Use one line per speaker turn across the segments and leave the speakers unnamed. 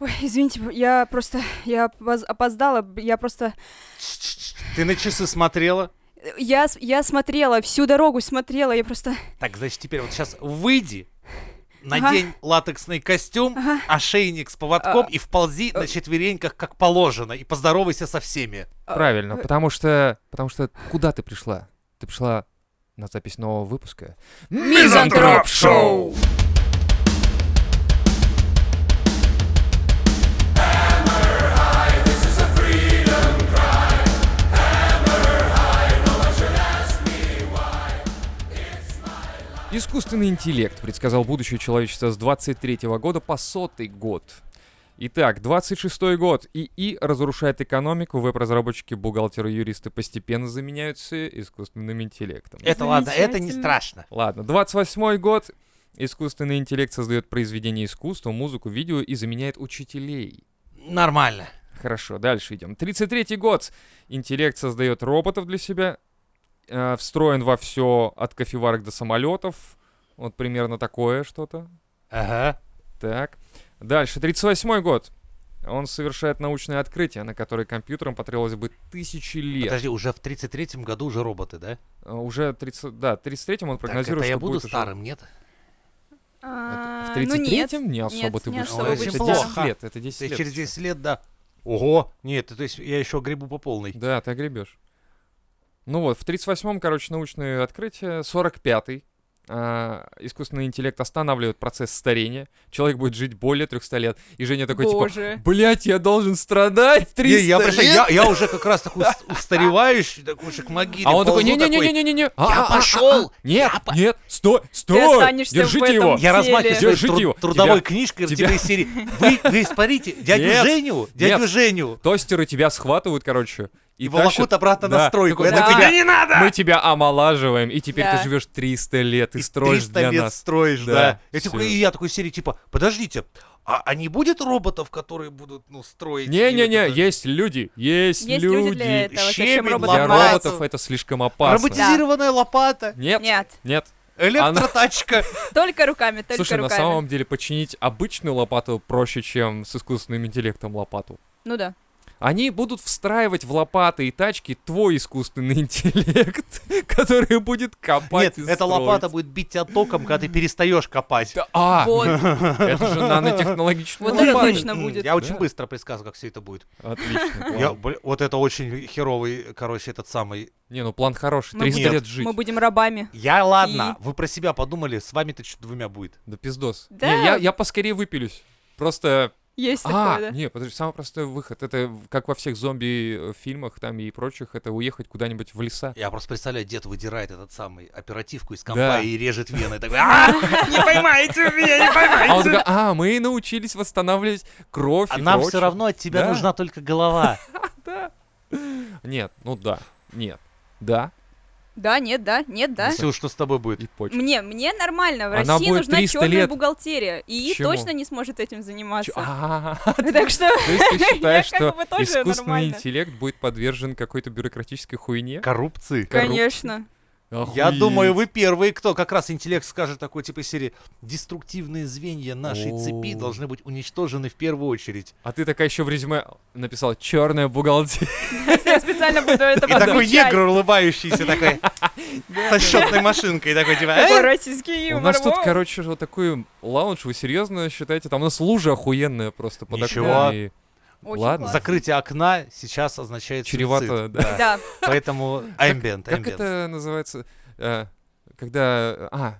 Ой, извините, я просто, я опоз- опоздала, я просто,
Ты на часы смотрела?
я, с- я смотрела, всю дорогу смотрела, я просто,
Так, значит, теперь вот сейчас выйди,
Ага.
надень латексный костюм,
Ага.
ошейник с поводком
А,
и вползи на четвереньках, как положено, и поздоровайся со всеми.
А,
Правильно,
э.
потому что... Потому что куда ты пришла? Ты пришла на запись нового выпуска.
Мизантроп Шоу!
Искусственный интеллект предсказал будущее человечества с 23 года по сотый год. Итак, 26 год. ИИ разрушает экономику, веб-разработчики, бухгалтеры, юристы постепенно заменяются искусственным интеллектом.
Это ладно, это не
Замечательно.
страшно.
Ладно, 28 год. Искусственный интеллект создает произведения искусства, музыку, видео и заменяет учителей.
Нормально.
Хорошо, дальше идем. 33-й год. Интеллект создает роботов для себя. э, встроен во все от кофеварок до самолетов. Вот примерно такое что-то.
Ага.
Так. Дальше, 38-й год. Он совершает научное открытие, на которое компьютерам потребовалось бы тысячи лет.
Подожди, уже в 33-м году уже роботы, да?
Э, Уже 30... Да, 33-м он
Так,
прогнозирует,
это я
что
буду
будет уже-
старым, нет?
а,
В
ну нет,
33-м не особо
нет,
ты
не
будешь
особо
старым.
очень
Это
плохо.
10 лет, это 10
То есть
лет.
через
еще.
10 лет, да. Ого! Нет, то есть я еще грибу по полной.
Да, ты огребешь. Ну вот, в 38-м, короче, научное открытие. 45-й. а, искусственный интеллект останавливает процесс старения. Человек будет жить более 300 лет. И Женя такой,
боже,
типа, блять, я должен страдать 300
Не, я, пришел-
лет!»
я, я уже как раз такой ус- устаревающий, такой уже к могиле.
А он такой,
ползу,
не-не-не-не-не-не. а,
Я пошел!
Нет,
Я по-
нет, стой,
ты
стой!
останешься в
Держите
этом
его!
теле.
Я размахиваю
Держите
тру-
его.
трудовой
Тебя-
книжкой
тебя-
типа из серии. Вы, вы смотрите, дядю
Нет,
Женю, дядю
нет.
Женю.
Тостеры тебя схватывают, короче.
И,
И
волокут
тащат.
обратно
Да.
на стройку. Я
Такой,
такой,
«Да».
«Да не надо!
Мы тебя омолаживаем, и теперь
Да.
ты живешь 300 лет и
И
строишь
300
для
лет
нас.
строишь, да.
Да,
Я
всё.
такой, и я такой из серии типа, подождите, а, а не будет роботов, которые будут, ну, строить? или
Не-не-не,
вот это-
есть люди, есть,
Есть люди для этого, зачем
щебень,
роботам
Для
ломаются.
надо?
роботов это слишком опасно.
Роботизированная лопата,
Нет, нет,
Нет,
электротачка.
только руками, только
Слушай, на
руками.
самом деле починить обычную лопату проще, чем с искусственным интеллектом лопату.
Ну да.
Они будут встраивать в лопаты и тачки твой искусственный интеллект, который будет копать
Нет,
и
эта
строить.
лопата будет бить тебя током, когда ты перестаешь копать.
Да, а,
Вот,
это же нанотехнологичный
Вот это
лопата.
точно
М,
будет.
Я очень
Да.
быстро предсказываю, как все это будет.
Отлично. план.
Я, бля, вот это очень херовый, короче, этот самый.
Не, ну план хороший,
Мы
300
будем-
лет жить.
мы будем рабами.
Я ладно, вы про себя подумали, с вами-то что двумя будет.
Да пиздос.
Да.
Не, я- я поскорее выпилюсь. Просто
Есть
А,
такое, да.
не, подожди, самый простой выход. Это в- как во всех зомби-фильмах там и прочих, это уехать куда-нибудь в леса.
Я просто представляю, дед выдирает этот самый оперативку из компа
Да.
и режет вены. Такой, «А, не поймаете меня, не
А он такой,
поймаете.
а, мы научились восстанавливать кровь и
А нам
прочее».
все равно от тебя
Да.
нужна только голова.
Нет, ну да, нет, да
Да, нет, да, нет, да.
Все, что с тобой будет.
и почва.
Мне, мне нормально, в
Она
России
будет
нужна
300
черная
лет.
бухгалтерия. И
Чему?
точно не сможет этим заниматься.
Чё- а,
Так что
То есть ты считаешь,
Я как
что
бы тоже
искусственный
нормально.
интеллект будет подвержен какой-то бюрократической хуйне?
Коррупции.
Коррупция.
Конечно.
Я
Охуеть.
думаю, вы первые, кто как раз интеллект скажет такой типа серии «Деструктивные звенья нашей цепи
О.
должны быть уничтожены в первую очередь».
А ты такая еще в резюме написал черная бухгалтерия.
Я специально буду это
И такой
подмечать.
негр улыбающийся такой со счетной машинкой такой типа
Такой
«Э,
российский
У
юмор.
нас тут,
воу.
короче, вот такой лаунж. Вы серьезно считаете? Там у нас лужа охуенная просто под
Ничего.
окном, и
Очень
ладно.
классно.
Закрытие окна сейчас означает суицид».
Чревато, да.
Да,
Поэтому ambient,
Как
ambient.
это называется? Э, Когда... э, А,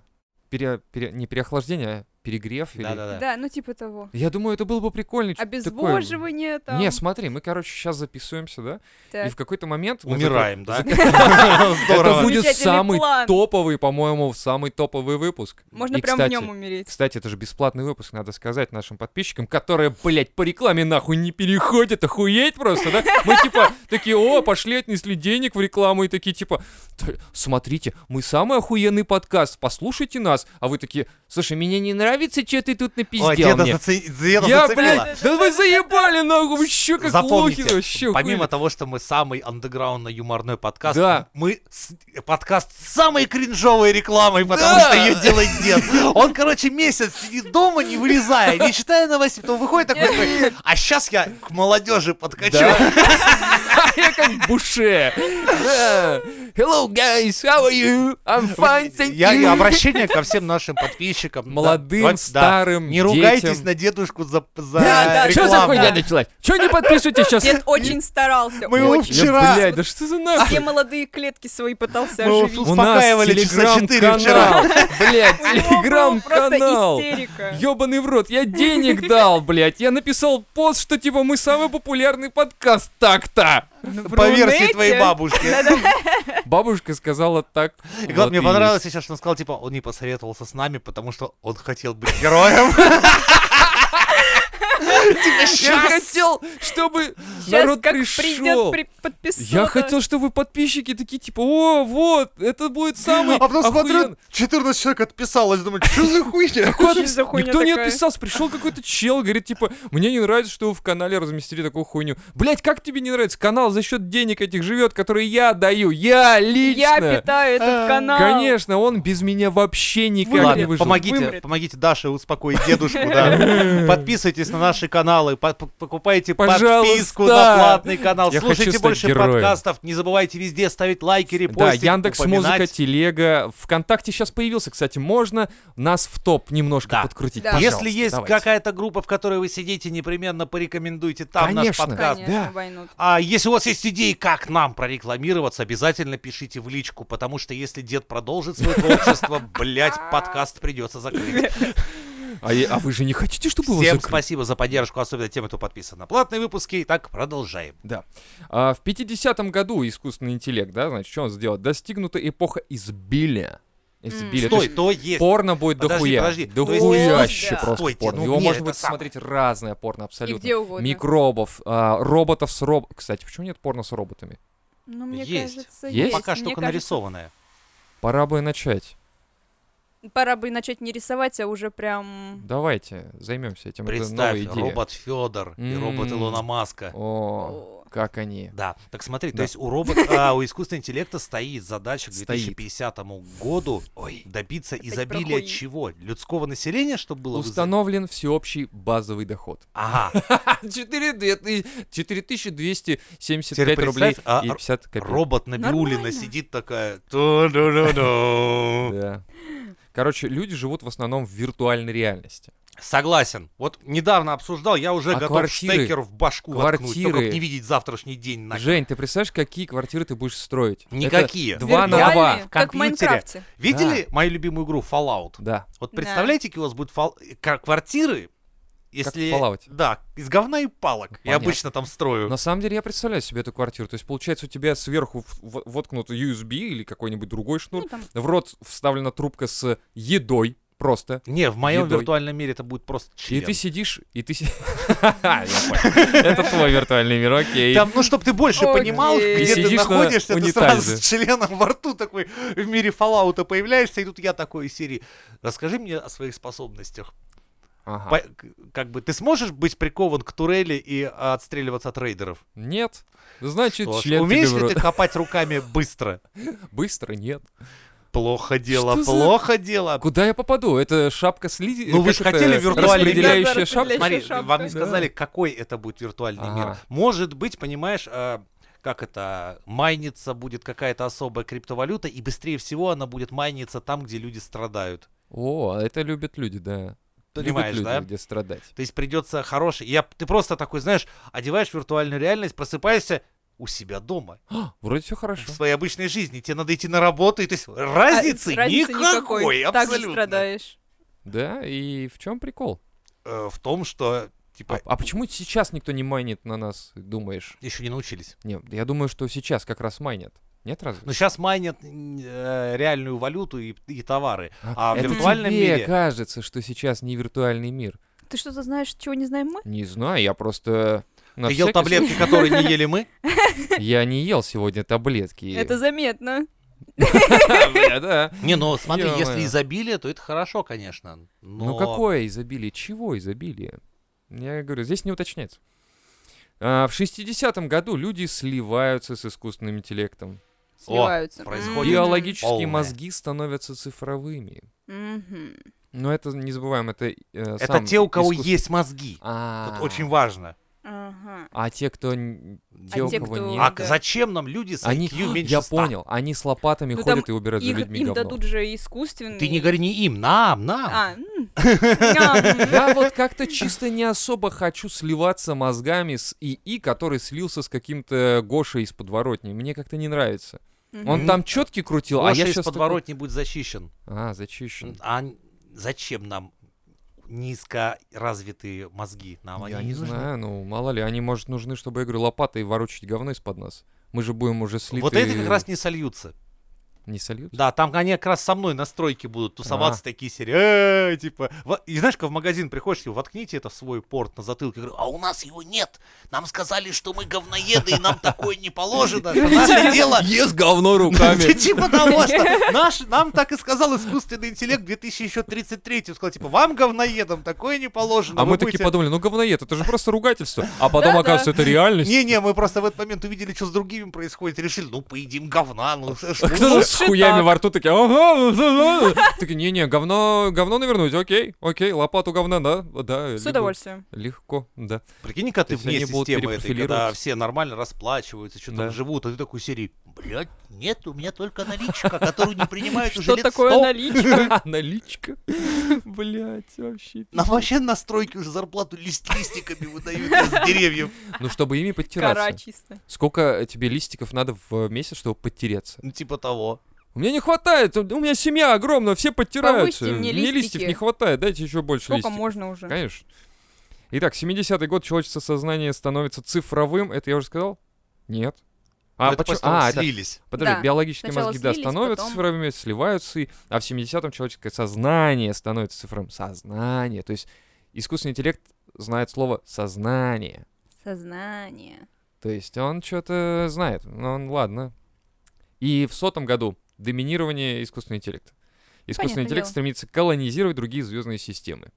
пере- пере- не переохлаждение, а перегрев? или-
Да-да-да.
да, ну типа того.
Я думаю, это было бы прикольно. чё-то такое.
Обезвоживание там.
Не, смотри, мы, короче, сейчас записываемся, да? И
Так.
в какой-то момент... мы
Умираем, да?
закро- зак- Это
Здорово.
будет
Замечательный
самый
план.
топовый, по-моему, самый топовый выпуск.
Можно
И,
прям в
кстати,
нем умереть.
Кстати, это же бесплатный выпуск, надо сказать нашим подписчикам, которые, блядь, по рекламе нахуй не переходят, охуеть просто, да? Мы типа такие, о, пошли, отнесли денег в рекламу и такие типа, «Т- смотрите, мы самый охуенный подкаст, послушайте нас. А вы такие, слушай, мне не нравится, что ты тут напиздел
Ой, деда
мне?
заци- деда
Я,
зацепила.
блядь, да вы заебали нахуй, вы щё как
Запомните,
лохи, вообще
Помимо того, что мы самый андеграундный юморной подкаст,
Да.
мы с- подкаст с самой кринжовой рекламой, потому
Да.
что ее делает дед. Он, короче, месяц сидит дома, не вылезая, не читая новости, потом выходит такой, такой, а сейчас я к молодежи подкачу.
Я как буше. Да. Hello, guys, how are you? I'm fine, thank
Я, и
you.
обращение ко всем нашим подписчикам. да,
Молодым,
давайте, да,
старым,
Не ругайтесь
детям.
на дедушку за, за
Да, да,
Чё за
рекламу.
хуйня началась? Чё не подписывайтесь сейчас?
Дед очень старался.
Мы его
очень.
вчера-
блядь, да что за нахуй?
Все молодые клетки свои пытался
Мы его
оживить.
У нас
успокаивали часа четыре вчера. ну,
телеграм-канал. Блядь,
У него был
телеграм-канал.
ну, Просто истерика.
Ёбаный в рот, я денег дал, блядь. Я написал пост, что типа мы самый популярный подкаст так-то.
По версии
Рунете?
твоей бабушки.
Бабушка сказала так.
И
вот
главное, мне
и
понравилось сейчас, что он сказал, типа, он не посоветовался с нами, потому что он хотел быть героем. Типа,
есть. Я
щас.
хотел, чтобы
Сейчас
народ
как придет
пришел.
при- подписота.
Я хотел, чтобы подписчики такие типа, о, вот, это будет самый
А потом
охуен-
смотрю, 14 человек отписалось, думаю, что за хуйня?
Какой
Что
отпис-
за хуйня
Никто не
такая?
отписался, пришел какой-то чел, говорит, типа, мне не нравится, что вы в канале разместили такую хуйню. Блять, как тебе не нравится? Канал за счет денег этих живет, которые я даю. Я лично.
Я питаю этот
А,
канал.
Конечно, он без меня вообще никак не
Ладно,
выжил.
помогите,
Вымрет.
помогите Даше успокоить дедушку, да. Подписывайтесь на наши каналы, по- по- покупайте
Пожалуйста.
подписку на платный канал,
Я хочу
слушайте
стать
больше
героем.
подкастов, не забывайте везде ставить лайки,
Да,
репостить,
Яндекс Музыка,
упоминать.
Телега, ВКонтакте сейчас появился, кстати, можно нас в топ немножко
Да.
подкрутить.
Да.
пожалуйста,
Если есть
давайте.
какая-то группа, в которой вы сидите, непременно порекомендуйте там
Конечно.
наш подкаст.
Конечно,
Да.
обоймут.
А если у вас есть идеи, как нам прорекламироваться, обязательно пишите в личку, потому что если дед продолжит свое творчество, блять, подкаст придется закрыть.
А, я- а вы же не хотите, чтобы его
Всем
закрыли?
спасибо за поддержку, особенно тем, кто подписан на платные выпуски. Итак, продолжаем.
Да. А, в 50-м году искусственный интеллект, да, значит, что он сделал? Достигнута эпоха изобилия. Изобилия. То
Стой,
есть
то есть.
порно будет
Подожди,
дохуя.
подожди. То есть-
Дохуяще
Да.
просто
Стойте,
порно.
ну
Его
не,
можно
это
будет
самое.
смотреть разное порно абсолютно.
И где угодно.
Микробов, а, роботов с роб... Кстати, почему нет порно с роботами?
Ну, мне
Есть.
кажется,
Есть?
есть.
Пока
Мне
штука
кажется,
нарисованная.
Пора бы начать.
Пора бы начать не рисовать, а уже прям...
Давайте займемся этим. Это
Представь,
новая идея.
робот Федор и
М.
робот Илона Маска.
О,
О.
как они.
Да, так смотри,
Да.
то есть у робота, а, у искусственного интеллекта стоит задача к
Стоит.
2050 году добиться изобилия
прохуй.
чего? Людского населения, чтобы было в изо-
Установлен всеобщий базовый доход.
Ага,
4275
Теперь
рублей
представь, а,
и 50 копеек.
Робот Набиулина
Нормально.
сидит такая. «Ту-ду-ду-ду».
Да. Короче, люди живут в основном в виртуальной реальности.
Согласен. Вот недавно обсуждал, я уже
А
готов
квартиры?
штекер в башку воткнуть, только
Квартиры?
б не видеть завтрашний день. нахер.
Жень, ты представляешь, какие квартиры ты будешь строить? Это
Никакие.
Два на
Виртуальные,
два.
Как в
компьютере.
Майнкрафте.
Видели мою любимую игру Fallout?
Да.
Вот
Да.
представляете, какие у вас будут фал- ка- квартиры, если...
в Fallout.
Да, из говна и палок. Я
понятно. Ну,
обычно там строю.
На самом деле я представляю себе эту квартиру. То есть, получается, у тебя сверху в- в- воткнут USB или какой-нибудь другой
Ну,
шнур.
там
В рот вставлена трубка с едой просто.
Не, в моем
едой.
виртуальном мире это будет просто
И
член. А,
ты сидишь, и ты... си- Я понял. Это твой виртуальный мир, окей.
Там, ну, чтобы ты больше
Окей.
понимал,
И
где ты
сидишь на
находишься, ты
унитазе.
сразу с членом во рту такой в мире Фоллаута появляешься, и тут я такой из серии. Расскажи мне о своих способностях.
Ага.
По- к- как бы ты сможешь быть прикован к турели и а, отстреливаться от рейдеров?
Нет. Значит,
Что ж,
член тебе
умеешь
в
ли
рот.
ты копать руками быстро?
Быстро? Нет.
Плохо дело,
Что за-
плохо дело.
Куда я попаду? Это шапка с ли-
А Ну, вы
как
ж
это,
хотели виртуальный мир.
Распределяющая
Да,
шапка?
распределяющая.
Смотри,
Еще шапка.
вам не
Да.
сказали, какой это будет виртуальный мир.
Ага.
Может быть, понимаешь, а, как это, майнится будет какая-то особая криптовалюта, и быстрее всего она будет майниться там, где люди страдают.
О, а это любят люди, да.
Понимаешь,
любят
да?
люди, где страдать.
То есть придется хороший. Я, ты просто такой, знаешь, одеваешь виртуальную реальность, просыпаешься у себя дома,
Вроде все хорошо.
в своей обычной жизни. Тебе надо идти на работу, и ты... с- Разницы,
А, разницы
никакой,
Так же
абсолютно.
страдаешь.
Да, и в чем прикол?
Э, в том, что, типа,
А, а почему сейчас никто не майнит на нас, думаешь?
еще не научились.
Нет, я думаю, что сейчас как раз майнят. Нет разве?
Но сейчас майнят м, э, реальную валюту и, и товары. А, в
это
виртуальном
тебе
мире...
кажется, что сейчас не виртуальный мир.
Ты что-то знаешь, чего не знаем мы?
Не знаю, я просто... на
Ты ел
всякий случай-
таблетки, которые не ели мы?
Я не ел сегодня таблетки.
Это заметно.
Бля, да.
Не, ну смотри,
Ё-моё.
если изобилие, то это хорошо, конечно. Но...
Ну какое изобилие? Чего изобилие? Я говорю, здесь не уточняется. А, В 60-м году люди сливаются с искусственным интеллектом.
Сливаются.
происходит. Ой,
Биологические
полное.
мозги становятся цифровыми.
Мгм.
Но это не забываем, это э,
Это
сам
те, у кого
искусств-
есть мозги.
А,
Вот очень важно.
Ага.
А те, кто н- те,
А
у
те,
кого
кто-
нет,
А
да.
зачем нам люди с
они,
IQ меньше
я
100?
понял, они с лопатами
Ну, там
ходят и убирают за
Их-
людьми
им
говно.
дадут же искусственный.
Ты не говори не им, нам, нам.
А, м. Ням.
Я вот как-то чисто не особо хочу сливаться мозгами с ИИ, который слился с каким-то Гошей из подворотни. Мне как-то не нравится. Он
Мгм.
там четки крутил, а
Гоша
я
из
сейчас...
подворотни будет защищен.
А, зачищен.
А н- зачем нам низкоразвитые мозги? Нам
Я
они
не
нужны.
знаю, ну, мало ли, они, может, нужны, чтобы, я говорю, лопатой ворочить говно из-под нас. Мы же будем уже слитые...
Вот это как раз не сольются.
Не сольют?
Да, там они как раз со мной на стройке будут тусоваться такие серии. «Э, Типа, во- и знаешь, как в магазин приходишь, и воткните это в свой порт на затылке. Я говорю, а у нас его нет. Нам сказали, что мы говноеды, и нам такое не положено. Наше дело
Ес говно
Ну,
руками.
Типа того, что наш, нам так и сказал искусственный интеллект 2033. Сказал, типа, вам, говноедам, такое не положено.
А мы
вы
такие
будете-»
подумали, ну говноед, это же просто ругательство. А потом, оказывается, это реальность.
Не-не, мы просто в этот момент увидели, что с другими происходит, и решили, ну, поедим говна, ну, ш- ш-
А Кто же с
Лучше
хуями
так.
во рту такие? «Ага, да, да». Такие, не-не, говно, говно навернуть, окей, окей, лопату говна, да, да.
С
либо-
удовольствием.
Легко, да.
Прикинь, как
То
ты
есть они
вне
будут
системы этой, когда
перепрофилироваться.
все нормально расплачиваются, что-то
Да.
там живут, а ты такой серии, блядь, нет, у меня только наличка, которую не принимают уже
Что
лет
такое
100».
наличие?
Наличка. Блять, вообще.
Нам вообще на стройке уже зарплату лист- листиками выдают из деревьев.
Ну, чтобы ими
Кора
подтираться.
чисто.
Сколько тебе листиков надо в месяц, чтобы подтереться?
Ну, типа того.
У меня не хватает, у у меня семья огромная, все подтираются.
Повысьте мне
листьев
листики.
не хватает, дайте еще больше
Сколько
листиков.
можно уже?
Конечно. Итак, 70-й год человеческое сознание становится цифровым. Это я уже сказал? Нет.
Но
А,
это
почему?
после того, как
А, это-
слились.
подожди,
Да.
биологические
Сначала
мозги, да,
слились,
становятся
потом-
цифровыми, сливаются, и- а в 70-м человеческое сознание становится цифровым. Сознание. То есть искусственный интеллект знает слово сознание.
Сознание.
То есть он что-то знает. Ну, он, ладно. И в сотом году доминирование искусственного интеллекта. Искусственный
Понятное
интеллект
дело.
стремится колонизировать другие звездные системы.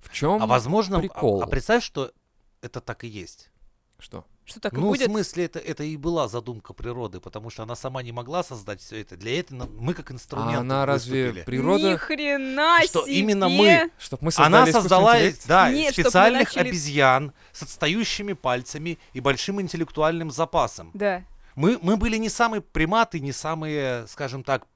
В чем?
А возможно, а-
прикол.
А, представь, что это так и есть.
Что?
Что так и
ну, в
будет?
смысле, это, это и была задумка природы, потому что она сама не могла создать все это. Для этого нам- мы как инструмент
А она разве
выступили.
природа?
Ни хрена
Что
себе!
именно мы
Чтоб мы создали
Она
искусственный
создала
интеллект?
да,
Не, чтоб мы
специальных
начали-
обезьян с отстающими пальцами и большим интеллектуальным запасом.
Да.
Мы, мы были не самые приматы, не самые, скажем так,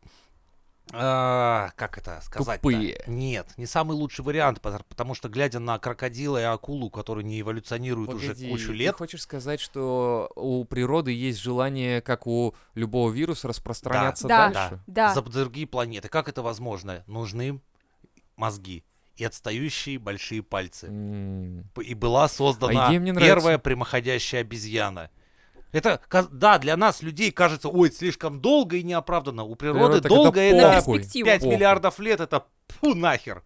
а, как это сказать?
Тупые.
Нет, не самый лучший вариант, пот- потому что глядя на крокодила и акулу, которые не эволюционируют уже
Погоди, ну
кучу
ты
лет,
хочешь сказать, что у природы есть желание, как у любого вируса, распространяться
Да. Да.
дальше?
Да.
за другие планеты. Как это возможно? Нужны мозги и отстающие большие пальцы.
М,
П- И была создана
идея мне нравится.
первая прямоходящая обезьяна. Это, каз- да, для нас, людей, кажется, ой, это слишком долго и неоправданно. У природы
природа так,
долго
На
это
похуй.
перспективу.
5
Похуй.
миллиардов лет, это пфу нахер.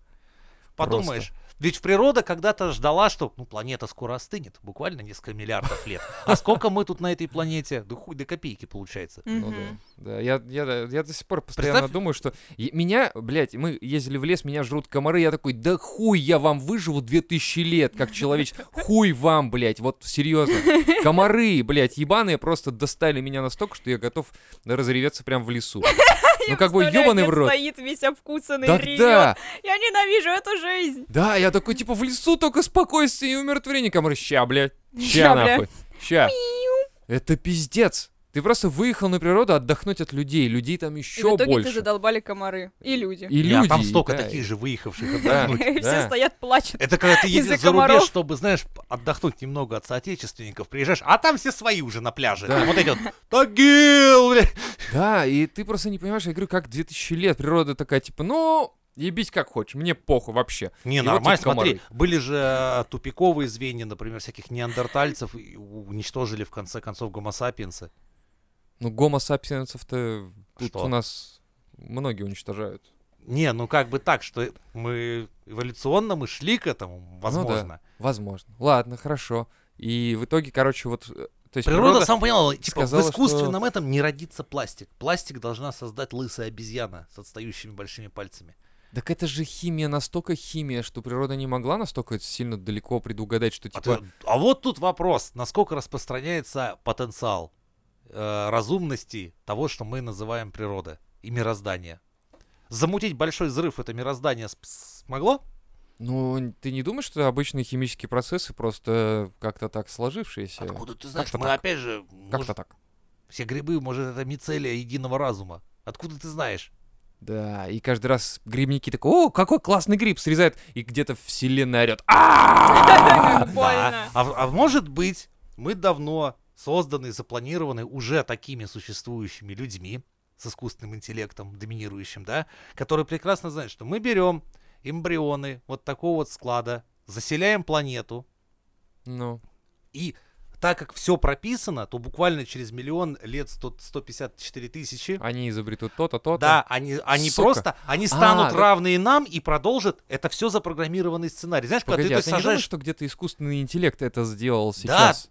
Подумаешь. Ведь природа когда-то ждала, что ну, планета скоро остынет, буквально несколько миллиардов лет. А сколько мы тут на этой планете? Да хуй до копейки получается.
Ну
Мгм.
да. Да, я, я, да, я до сих пор постоянно
Представь-
думаю, что и- меня, блядь, мы ездили в лес, меня жрут комары, я такой, да хуй я вам выживу 2000 лет, как человеч, хуй вам, блядь, вот серьезно. Комары, блядь, ебаные просто достали меня настолько, что я готов разреветься прям в лесу. Ну как бы
Представляю,
ебаный в
дед
рот.
стоит весь обкусанный,
Так
ревёт.
да,
Я ненавижу эту жизнь.
да, я такой, типа, в лесу только спокойствие и умиротворение. Комары, ща, блядь, ща,
Ща, бля.
нахуй, ща. Это пиздец. Ты просто выехал на природу отдохнуть от людей. Людей там
И
еще
в итоге тебя
больше.
задолбали комары. И люди.
И
Бля,
люди.
там
и
столько
да,
таких же выехавших
Да.
отдохнуть.
И
да.
все стоят, плачут.
Это когда ты едешь
Из-за
за рубеж,
комаров.
чтобы, знаешь, п- отдохнуть немного от соотечественников, приезжаешь, а там все свои уже на пляже.
Да.
Там Вот эти вот, Тагил! бля».
Да, и ты просто не понимаешь, я говорю, как 2000 лет природа такая, типа, ну, ебись как хочешь, мне похуй вообще.
Не,
И вот
нормально,
эти комары.
смотри, были же э, тупиковые звенья, например, всяких неандертальцев, и у- уничтожили в конце концов гомо-сапиенсы.
Ну, гомо сапиенсов-то тут
Что?
у нас многие уничтожают.
Не, ну как бы так, что мы эволюционно мы
Ну
шли к этому, возможно.
Возможно. Ладно, хорошо. И в итоге, короче, вот э, То есть
Природа, сам поняла, типа,
сказала,
в
что-
искусственном этом не родится пластик. Пластик должна создать лысая обезьяна с отстающими большими пальцами.
Так это же химия, настолько химия, что природа не могла настолько сильно далеко предугадать, что
А,
типа...
ты- а вот тут вопрос, насколько распространяется потенциал э, разумности того, что мы называем природа и мироздание. Замутить большой взрыв это мироздание сп- смогло?
Ну, н- ты не думаешь, что это обычные химические процессы, просто как-то так сложившиеся?
Откуда ты знаешь?
Как-то
Мы
так.
опять же...
Как-то
может,
так.
Все грибы, может, это мицелия единого разума. Откуда ты знаешь?
Да, и каждый раз грибники такой, о, какой классный гриб, срезает, и где-то вселенная орет. А!
Да.
Больно.
А, в- а может быть, мы давно созданы, запланированы уже такими существующими людьми с искусственным интеллектом, доминирующим, да, которые прекрасно знают, что мы берем эмбрионы вот такого вот склада, заселяем планету,
Ну,
и так как все прописано, то буквально через миллион лет 100, 154 тысячи,
они изобретут то-то, то-то.
да, а они, они
Сука. А,
просто, они станут
да.
равные нам и продолжат, это все запрограммированный сценарий. Знаешь,
Погоди,
когда
а
ты,
ты
то
не думаешь,
сажаешь
что где-то искусственный интеллект это сделал
Да,
сейчас?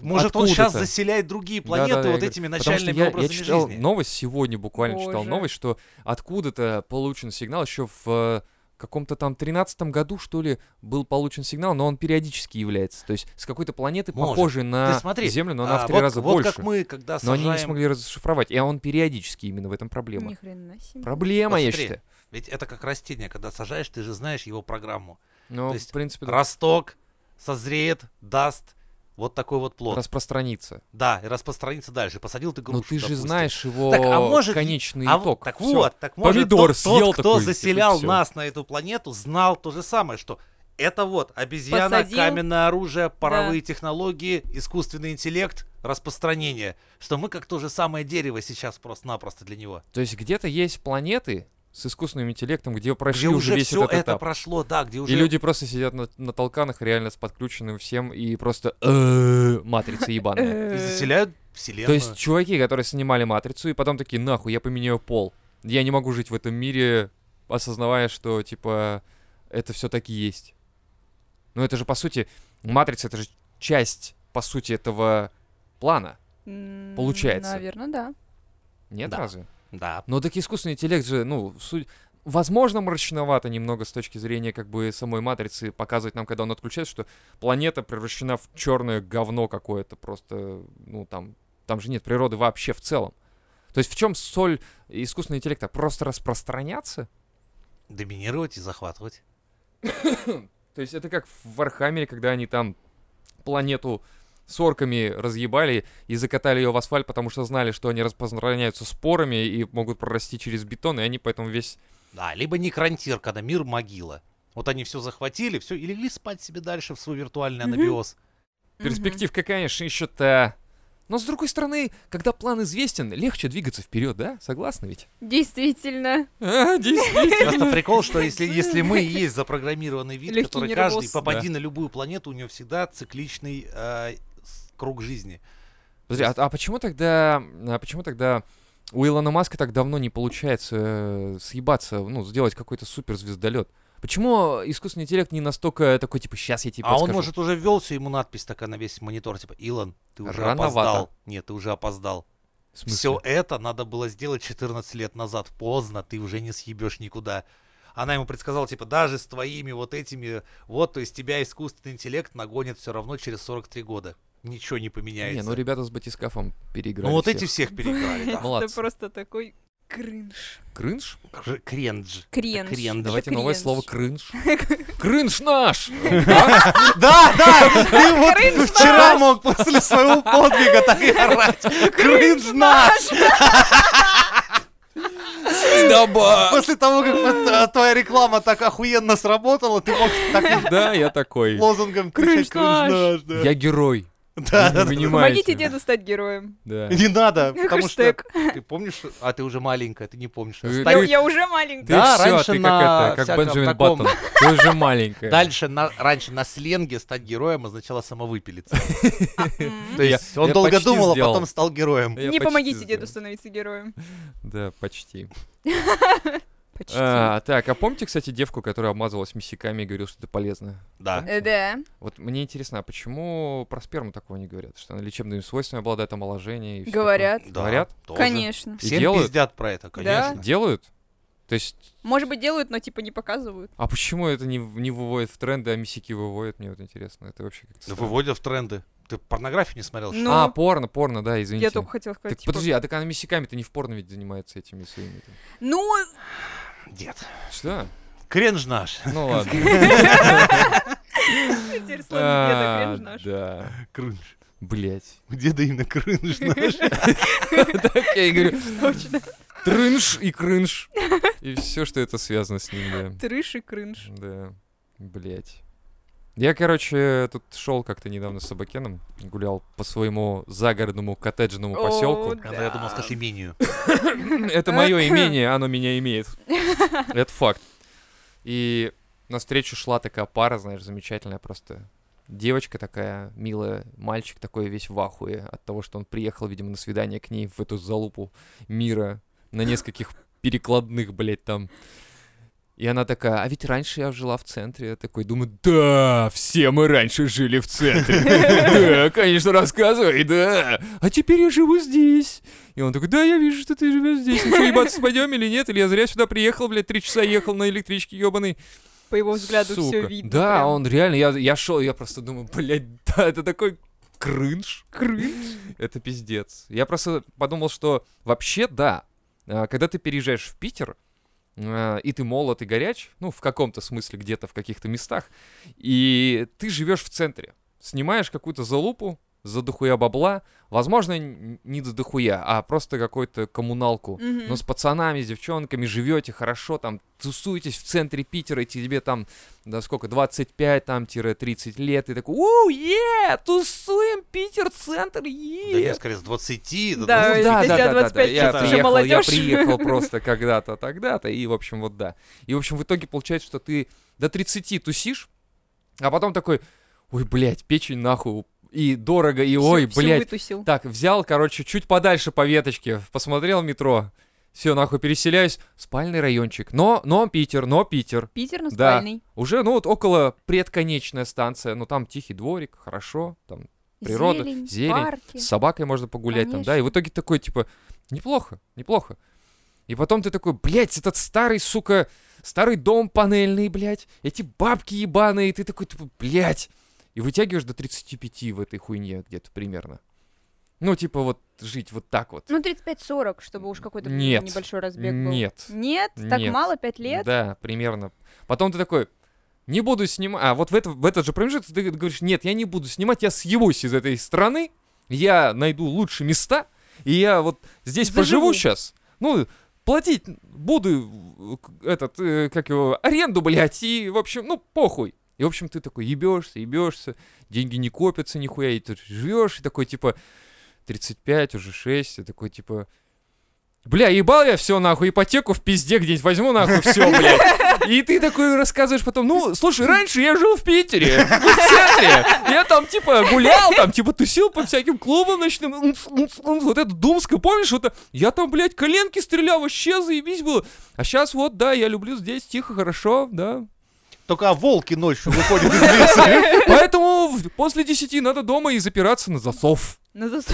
Может, он сейчас
Откуда-то?
заселяет другие
Да,
планеты
да, да, я
вот
говорю,
этими
Потому что
начальными
я, я
образами
читал
жизни.
новость сегодня, буквально читал
Боже.
новость, что откуда-то получен сигнал еще в э, каком-то там 13 году, что ли, был получен сигнал, но он периодически является. То есть с какой-то планеты,
Может.
похожей на
Ты смотри,
Землю, но она
А,
в три
вот,
раза
вот
больше.
как мы, когда
Но они
сажаем-
не смогли расшифровать. И он периодически именно в этом проблема.
Ни хрена себе.
Проблема,
Вот
я
смотри,
считаю.
Ведь это как растение, когда сажаешь, ты же знаешь его программу.
Но,
есть
в принципе, да,
Росток, созреет, даст вот такой вот плод.
распространится.
Да, и распространится дальше. Посадил ты грушу,
Но Ну, ты же
допустим.
знаешь его
Так, а может,
конечный
А
итог.
вот- так
Всё.
вот, так может,
Помидор
тот,
съел
тот, кто
такой, и тут
заселял
всё.
нас на эту планету, знал то же самое, что это вот обезьяна,
Посадил.
каменное оружие, паровые технологии, искусственный интеллект, распространение. Что мы как то же самое дерево сейчас просто-напросто для него.
То есть где-то есть планеты с искусственным интеллектом, где прошли
Где
уже,
уже
весь
все
этот
это
этап.
прошло, да, где уже...
И люди просто сидят на, на толканах реально с подключенным всем и просто «Э, матрица ебаная.
и
Э,
заселяют вселенную.
То есть чуваки, которые снимали матрицу и потом такие «нахуй, я поменяю пол». Я не могу жить в этом мире, осознавая, что типа это все таки есть. Но это же по сути, матрица это же часть по сути этого плана.
м,
Получается.
Наверное, да.
Нет,
Да.
разве?
Да.
Но так искусственный интеллект же, ну, суть... Возможно, мрачновато немного с точки зрения как бы самой матрицы показывать нам, когда он отключается, что планета превращена в черное говно какое-то просто, ну, там, там же нет природы вообще в целом. То есть в чем соль искусственного интеллекта? Просто распространяться?
Доминировать и захватывать.
То есть это как в Вархаммере, когда они там планету с орками разъебали и закатали ее в асфальт, потому что знали, что они распространяются спорами и могут прорасти через бетон, и они поэтому весь
Да, либо некрантир, когда мир могила. Вот они все захватили, все, и легли спать себе дальше в свой виртуальный
Мгм.
анабиоз.
Мгм.
Перспективка, конечно, еще та. Но с другой стороны, когда план известен, легче двигаться вперед, да? Согласны ведь?
Действительно.
А,
Просто
действительно.
прикол, что если, если мы и есть запрограммированный вид,
Легкий
который
нервоз.
каждый, попади на любую планету, у него всегда цикличный э, с- круг жизни.
Подожди, а, а почему тогда, а почему тогда у Илона Маска так давно не получается э, съебаться, ну, сделать какой-то суперзвездолет? Почему искусственный интеллект не настолько такой, типа, сейчас я тебе
а он,
подскажу»?
может, уже ввелся, ему надпись такая на весь монитор, типа, Илон, ты уже
Рановато. Ну
опоздал. Нет, ты уже опоздал.
В смысле?
Все это надо было сделать 14 лет назад. Поздно, ты уже не съебешь никуда. Она ему предсказала, типа, даже с твоими вот этими, вот, то есть тебя искусственный интеллект нагонит все равно через 43 года. Ничего не поменяется.
Не, ну ребята с батискафом переиграли
Ну, вот
всех.
эти всех переиграли, да.
Это
Молодцы.
просто такой кринж.
Крынж?
Кр- Крендж.
Кринж.
крен.
Это
Давайте новое
кринж.
слово крынж. Крынж наш!
Да, да, ты вот
Кринж
вчера
наш!
мог после своего подвига так и орать. Кринж наш!
Добавь!
После того, как вот, э, твоя реклама так охуенно сработала, ты мог так
Да, я такой.
и лозунгом
Кринж
кричать «Кринж наш», да.
Я герой.
Да, да,
Вы не
да.
понимаете.
Помогите деду стать героем.
Да.
Не надо, потому что...
Хэштег.
Ты помнишь? что- А, ты уже маленькая, ты не помнишь.
Я,
Ты-
Остань-
я уже маленькая.
Ты
Да,
всё,
раньше
ты
на
как это, как
всяком
Бенджамин
таком-
Баттон. Ты уже маленькая.
Дальше, на- раньше на сленге стать героем означало самовыпилиться.
М.
То есть
Я-
он
я
долго
почти
думал, а
сделал. Э,
потом стал героем.
Я
Не
почти А,
помогите
сделал.
деду становиться героем.
Да, почти.
Почти.
А, так, а помните, кстати, девку, которая обмазывалась мясиками и говорила, что это полезно?
Да.
Э, Да.
Вот мне интересно, а почему про сперму такого не говорят? Что она лечебными свойствами обладает, омоложение и всё
Говорят.
Да,
Говорят?
тоже.
Конечно.
И
Всем
делают?
пиздят про это,
такое?
конечно.
Делают? То есть,
Может быть, делают, но типа не показывают.
а почему это не, в- не выводит в тренды, а мясики выводят? Мне вот интересно, это вообще как-то...
Да
странно.
Выводят в тренды. Ты порнографию не смотрел? что ли?
Ну,
А, порно, порно, да, извините.
Я только хотела сказать,
Так
типа,
подожди, а так она мясиками-то не в порно ведь занимается этими своими. там.
Ну,
Дед.
Что?
Кренж наш.
Ну ладно.
теперь
А,
словно деда,
Да.
Крынж.
Блять.
У деда именно крынж наш.
Так я и говорю.
Точно.
Трынж и крынж. И все, что это связано с ним,
Трыш и крынж.
да. Да. Блять. Я, короче, тут шел как-то недавно с Собакеном, гулял по своему загородному коттеджному
О,
поселку.
да.
Это, Я думал, скажешь имению.
Это мое имение, оно меня имеет. Это факт. И навстречу шла такая пара, знаешь, замечательная просто. Девочка такая милая, мальчик такой весь в ахуе от того, что он приехал, видимо, на свидание к ней в эту залупу мира на нескольких перекладных, блядь, там. И она такая, а ведь раньше я жила в центре. Я такой думаю, да, все мы раньше жили в центре. Да, конечно, рассказывай, да. А теперь я живу здесь. И он такой, да, я вижу, что ты живешь здесь. Ну что, ебаться, пойдем или нет? Или я зря сюда приехал, блядь, три часа ехал на электричке ебаный.
по его взгляду все
Сука.
видно.
Да,
прям.
он реально, я, я шел, я просто думаю, блядь, да, это такой крынж. Крынж? Это пиздец. Я просто подумал, что вообще, да, а, когда ты переезжаешь в Питер, а, и ты молод и горяч, ну, в каком-то смысле, где-то в каких-то местах, и ты живешь в центре, снимаешь какую-то залупу, за дохуя бабла, возможно, н- не за дохуя, а просто какую-то коммуналку,
Мгм.
но Ну, с пацанами, с девчонками живете хорошо, там тусуетесь в центре Питера, и тебе там, да сколько, 25 там, тире 30 лет, и такой, у е тусуем Питер, центр,
Да нет,
е
скорее с 20 до
Да,
Ну
если тебе 25
я
лет,
ты
уже
приехал,
молодёжь.
я приехал просто когда-то, тогда-то, и, в общем, вот да. И, в общем, в итоге получается, что ты до 30 тусишь, а потом такой, ой, блядь, печень нахуй, и дорого, и
Всё-
ой,
всё
блядь,
вытусил.
так, взял, короче, чуть подальше по веточке, посмотрел метро. Все, нахуй, переселяюсь. Спальный райончик. Но, но Питер, но Питер.
Питер на
Да.
спальный.
Уже, ну, вот около предконечная станция. Ну, там тихий дворик, хорошо. Там Природа,
Зелень,
зелень,
парки.
с собакой можно погулять там, да. И в итоге такой, типа, неплохо, неплохо. И потом ты такой, блядь, этот старый, сука, старый дом панельный, блядь, эти бабки ебаные, и ты такой, типа, блядь. И вытягиваешь до 35 в этой хуйне где-то примерно. Ну, типа, вот жить вот так вот.
Ну, 35-40, чтобы уж какой-то
Нет.
небольшой разбег был.
Нет.
Нет? Так
Нет.
мало? Пять лет?
Да, примерно. Потом ты такой, не буду снимать. А вот в, это- в этот же промежуток ты говоришь, нет, я не буду снимать, я съебусь из этой страны, я найду лучшие места, и я вот здесь
Заживу.
поживу сейчас. Ну, платить буду э, к- этот, э, как его, аренду, блядь, и, в общем, ну, похуй. И, в общем, ты такой ебешься, ебешься, деньги не копятся нихуя, и ты живешь, и такой, типа, 35, уже 6, и такой, типа, Бля, ебал я все нахуй, ипотеку в пизде где-нибудь возьму нахуй, все, блядь. И ты такой рассказываешь потом, ну, слушай, раньше я жил в Питере, ну, в центре. Я там, типа, гулял, там, типа, тусил по всяким клубам ночным. Унц, унц, унц. Вот это Думская, помнишь, вот это? Я там, блядь, коленки стрелял, вообще заебись было. А сейчас вот, да, я люблю здесь тихо, хорошо, да.
Только а волки ночью выходят из леса.
Поэтому в- после 10 надо дома и запираться на засов.
На зас-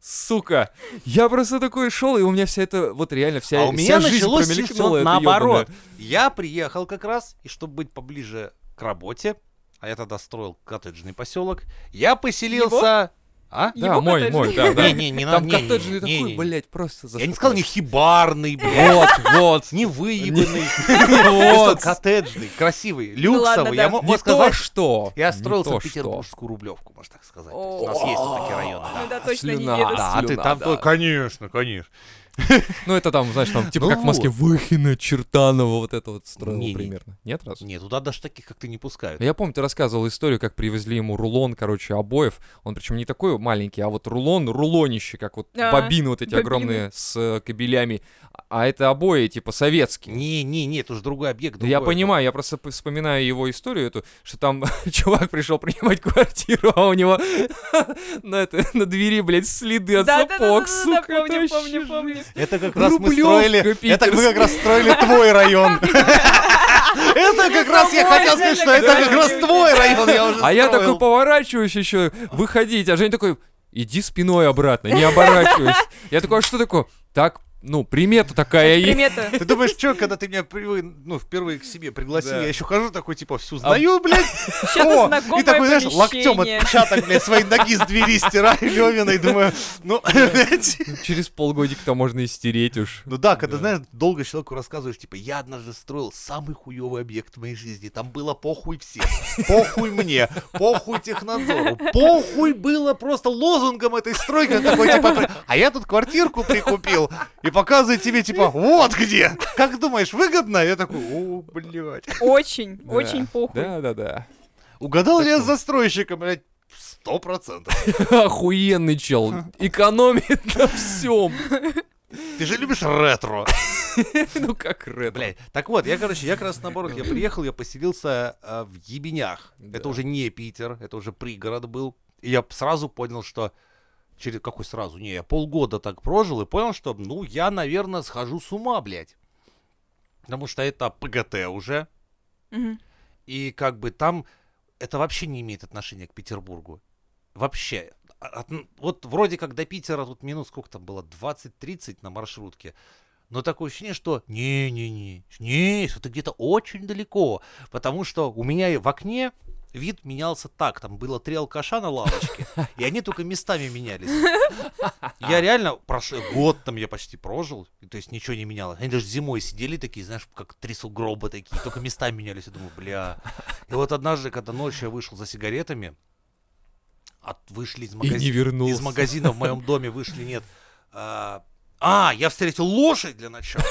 Сука, я просто такой шел, и у меня вся эта, вот реально вся,
А у меня
вся жизнь
началось
промелькнула
чисто
эта
наоборот. Я приехал как раз, и чтобы быть поближе к работе, а я тогда строил коттеджный поселок, я поселился... А?
Да, мой, мой, да, да.
Не, не, не надо.
Там
не, не,
коттеджный
не,
такой,
не.
блядь, просто за
Я не сказал не хибарный, блядь,
Вот, вот,
не выебанный.
вот.
Просто коттеджный, красивый, Ну
ладно,
люксовый.
да.
Я мог
Не
мог
то
сказать,
что.
я
не
строил
то
Санкт-Петербургскую Рублевку, можно так сказать. То есть У нас
О.
есть вот такие районы.
Ну да,
да.
точно не
слюна,
деда.
да.
Да, ты
Слюна,
там
да.
только, конечно, конечно.
что. Ну это там, знаешь, там типа
Ну
как в Москве Выхина, Чертанова, вот это вот строил
Не-не.
примерно. Нет раз? Ну,
Не, туда даже таких как ты не пускают.
Я помню, ты рассказывал историю, как привезли ему рулон, короче, обоев. Он причем не такой маленький, а вот рулон, рулонище, как вот
А,
бобины вот эти
бобины.
огромные с э, кабелями. А это обои, типа, советские.
Не, не, не, это же другой объект.
Да я
другое.
понимаю, я просто п- вспоминаю его историю эту, что там чувак пришел принимать квартиру, а у него на, это- на двери, блядь, следы от
Да, да, да, да, да,
сапог,
да,
сука. это
помню,
вообще
помню, помню.
жесть.
Это как раз мы
Рублевка
строили... Это мы как
питерская.
раз строили твой район. Это как раз я
Нормально,
хотел сказать, что это
да.
как раз твой район я уже
А я
строил.
такой поворачиваюсь еще, выходить, а Женя такой, иди спиной обратно, не оборачивайся. Я такой, а что такое? Так, ну, примета такая есть.
Примета.
Ты думаешь, что, когда ты меня привы- ну, впервые к себе пригласил,
Да.
я еще хожу такой, типа, всю знаю, блядь.
А Чё-то
О,
знакомое
И такой, знаешь, локтем
помещение.
отпечаток, блядь, своей ноги с двери стираю Левиной, думаю, ну, блядь.
Через полгодика-то можно и стереть уж.
Ну да, когда, знаешь, долго человеку рассказываешь, типа, я однажды строил самый хуёвый объект в моей жизни, там было похуй всем, похуй мне, похуй технадзору, похуй было просто лозунгом этой стройки, Он такой, типа, а я тут квартирку прикупил, и показывает тебе, типа, вот где, как думаешь, выгодно? Я такой, о, блядь.
Очень,
Да.
очень похуй.
Да-да-да.
Угадал ли я с застройщиком, блядь? Сто процентов.
Охуенный чел. Экономит на всем.
Ты же любишь ретро.
Ну как рэп.
Блядь. Так вот, я, короче, я как раз наоборот, я приехал, я поселился э, в Ебенях.
Да.
Это уже не Питер, это уже пригород был. И я сразу понял, что через какой сразу? Не, я полгода так прожил и понял, что, ну, я, наверное, схожу с ума, блядь. Потому что это ПГТ уже.
Мгм.
И как бы там это вообще не имеет отношения к Петербургу. Вообще. А- от- вот вроде как до Питера тут минут сколько там было? 20-30 на маршрутке. Но такое ощущение, что не-не-не, не, что-то где-то очень далеко. Потому что у меня и в окне вид менялся так. Там было три алкаша на лавочке, и они только местами менялись. Я реально прошел год там я почти прожил, и то есть ничего не менялось. Они даже зимой сидели такие, знаешь, как три сугроба такие, только места менялись. Я думаю, бля. И вот однажды, когда ночью я вышел за сигаретами, от, вышли из
И
магазина.
не
Из
вернулся.
магазина в моем доме вышли, нет. А, а, я встретил лошадь для начала.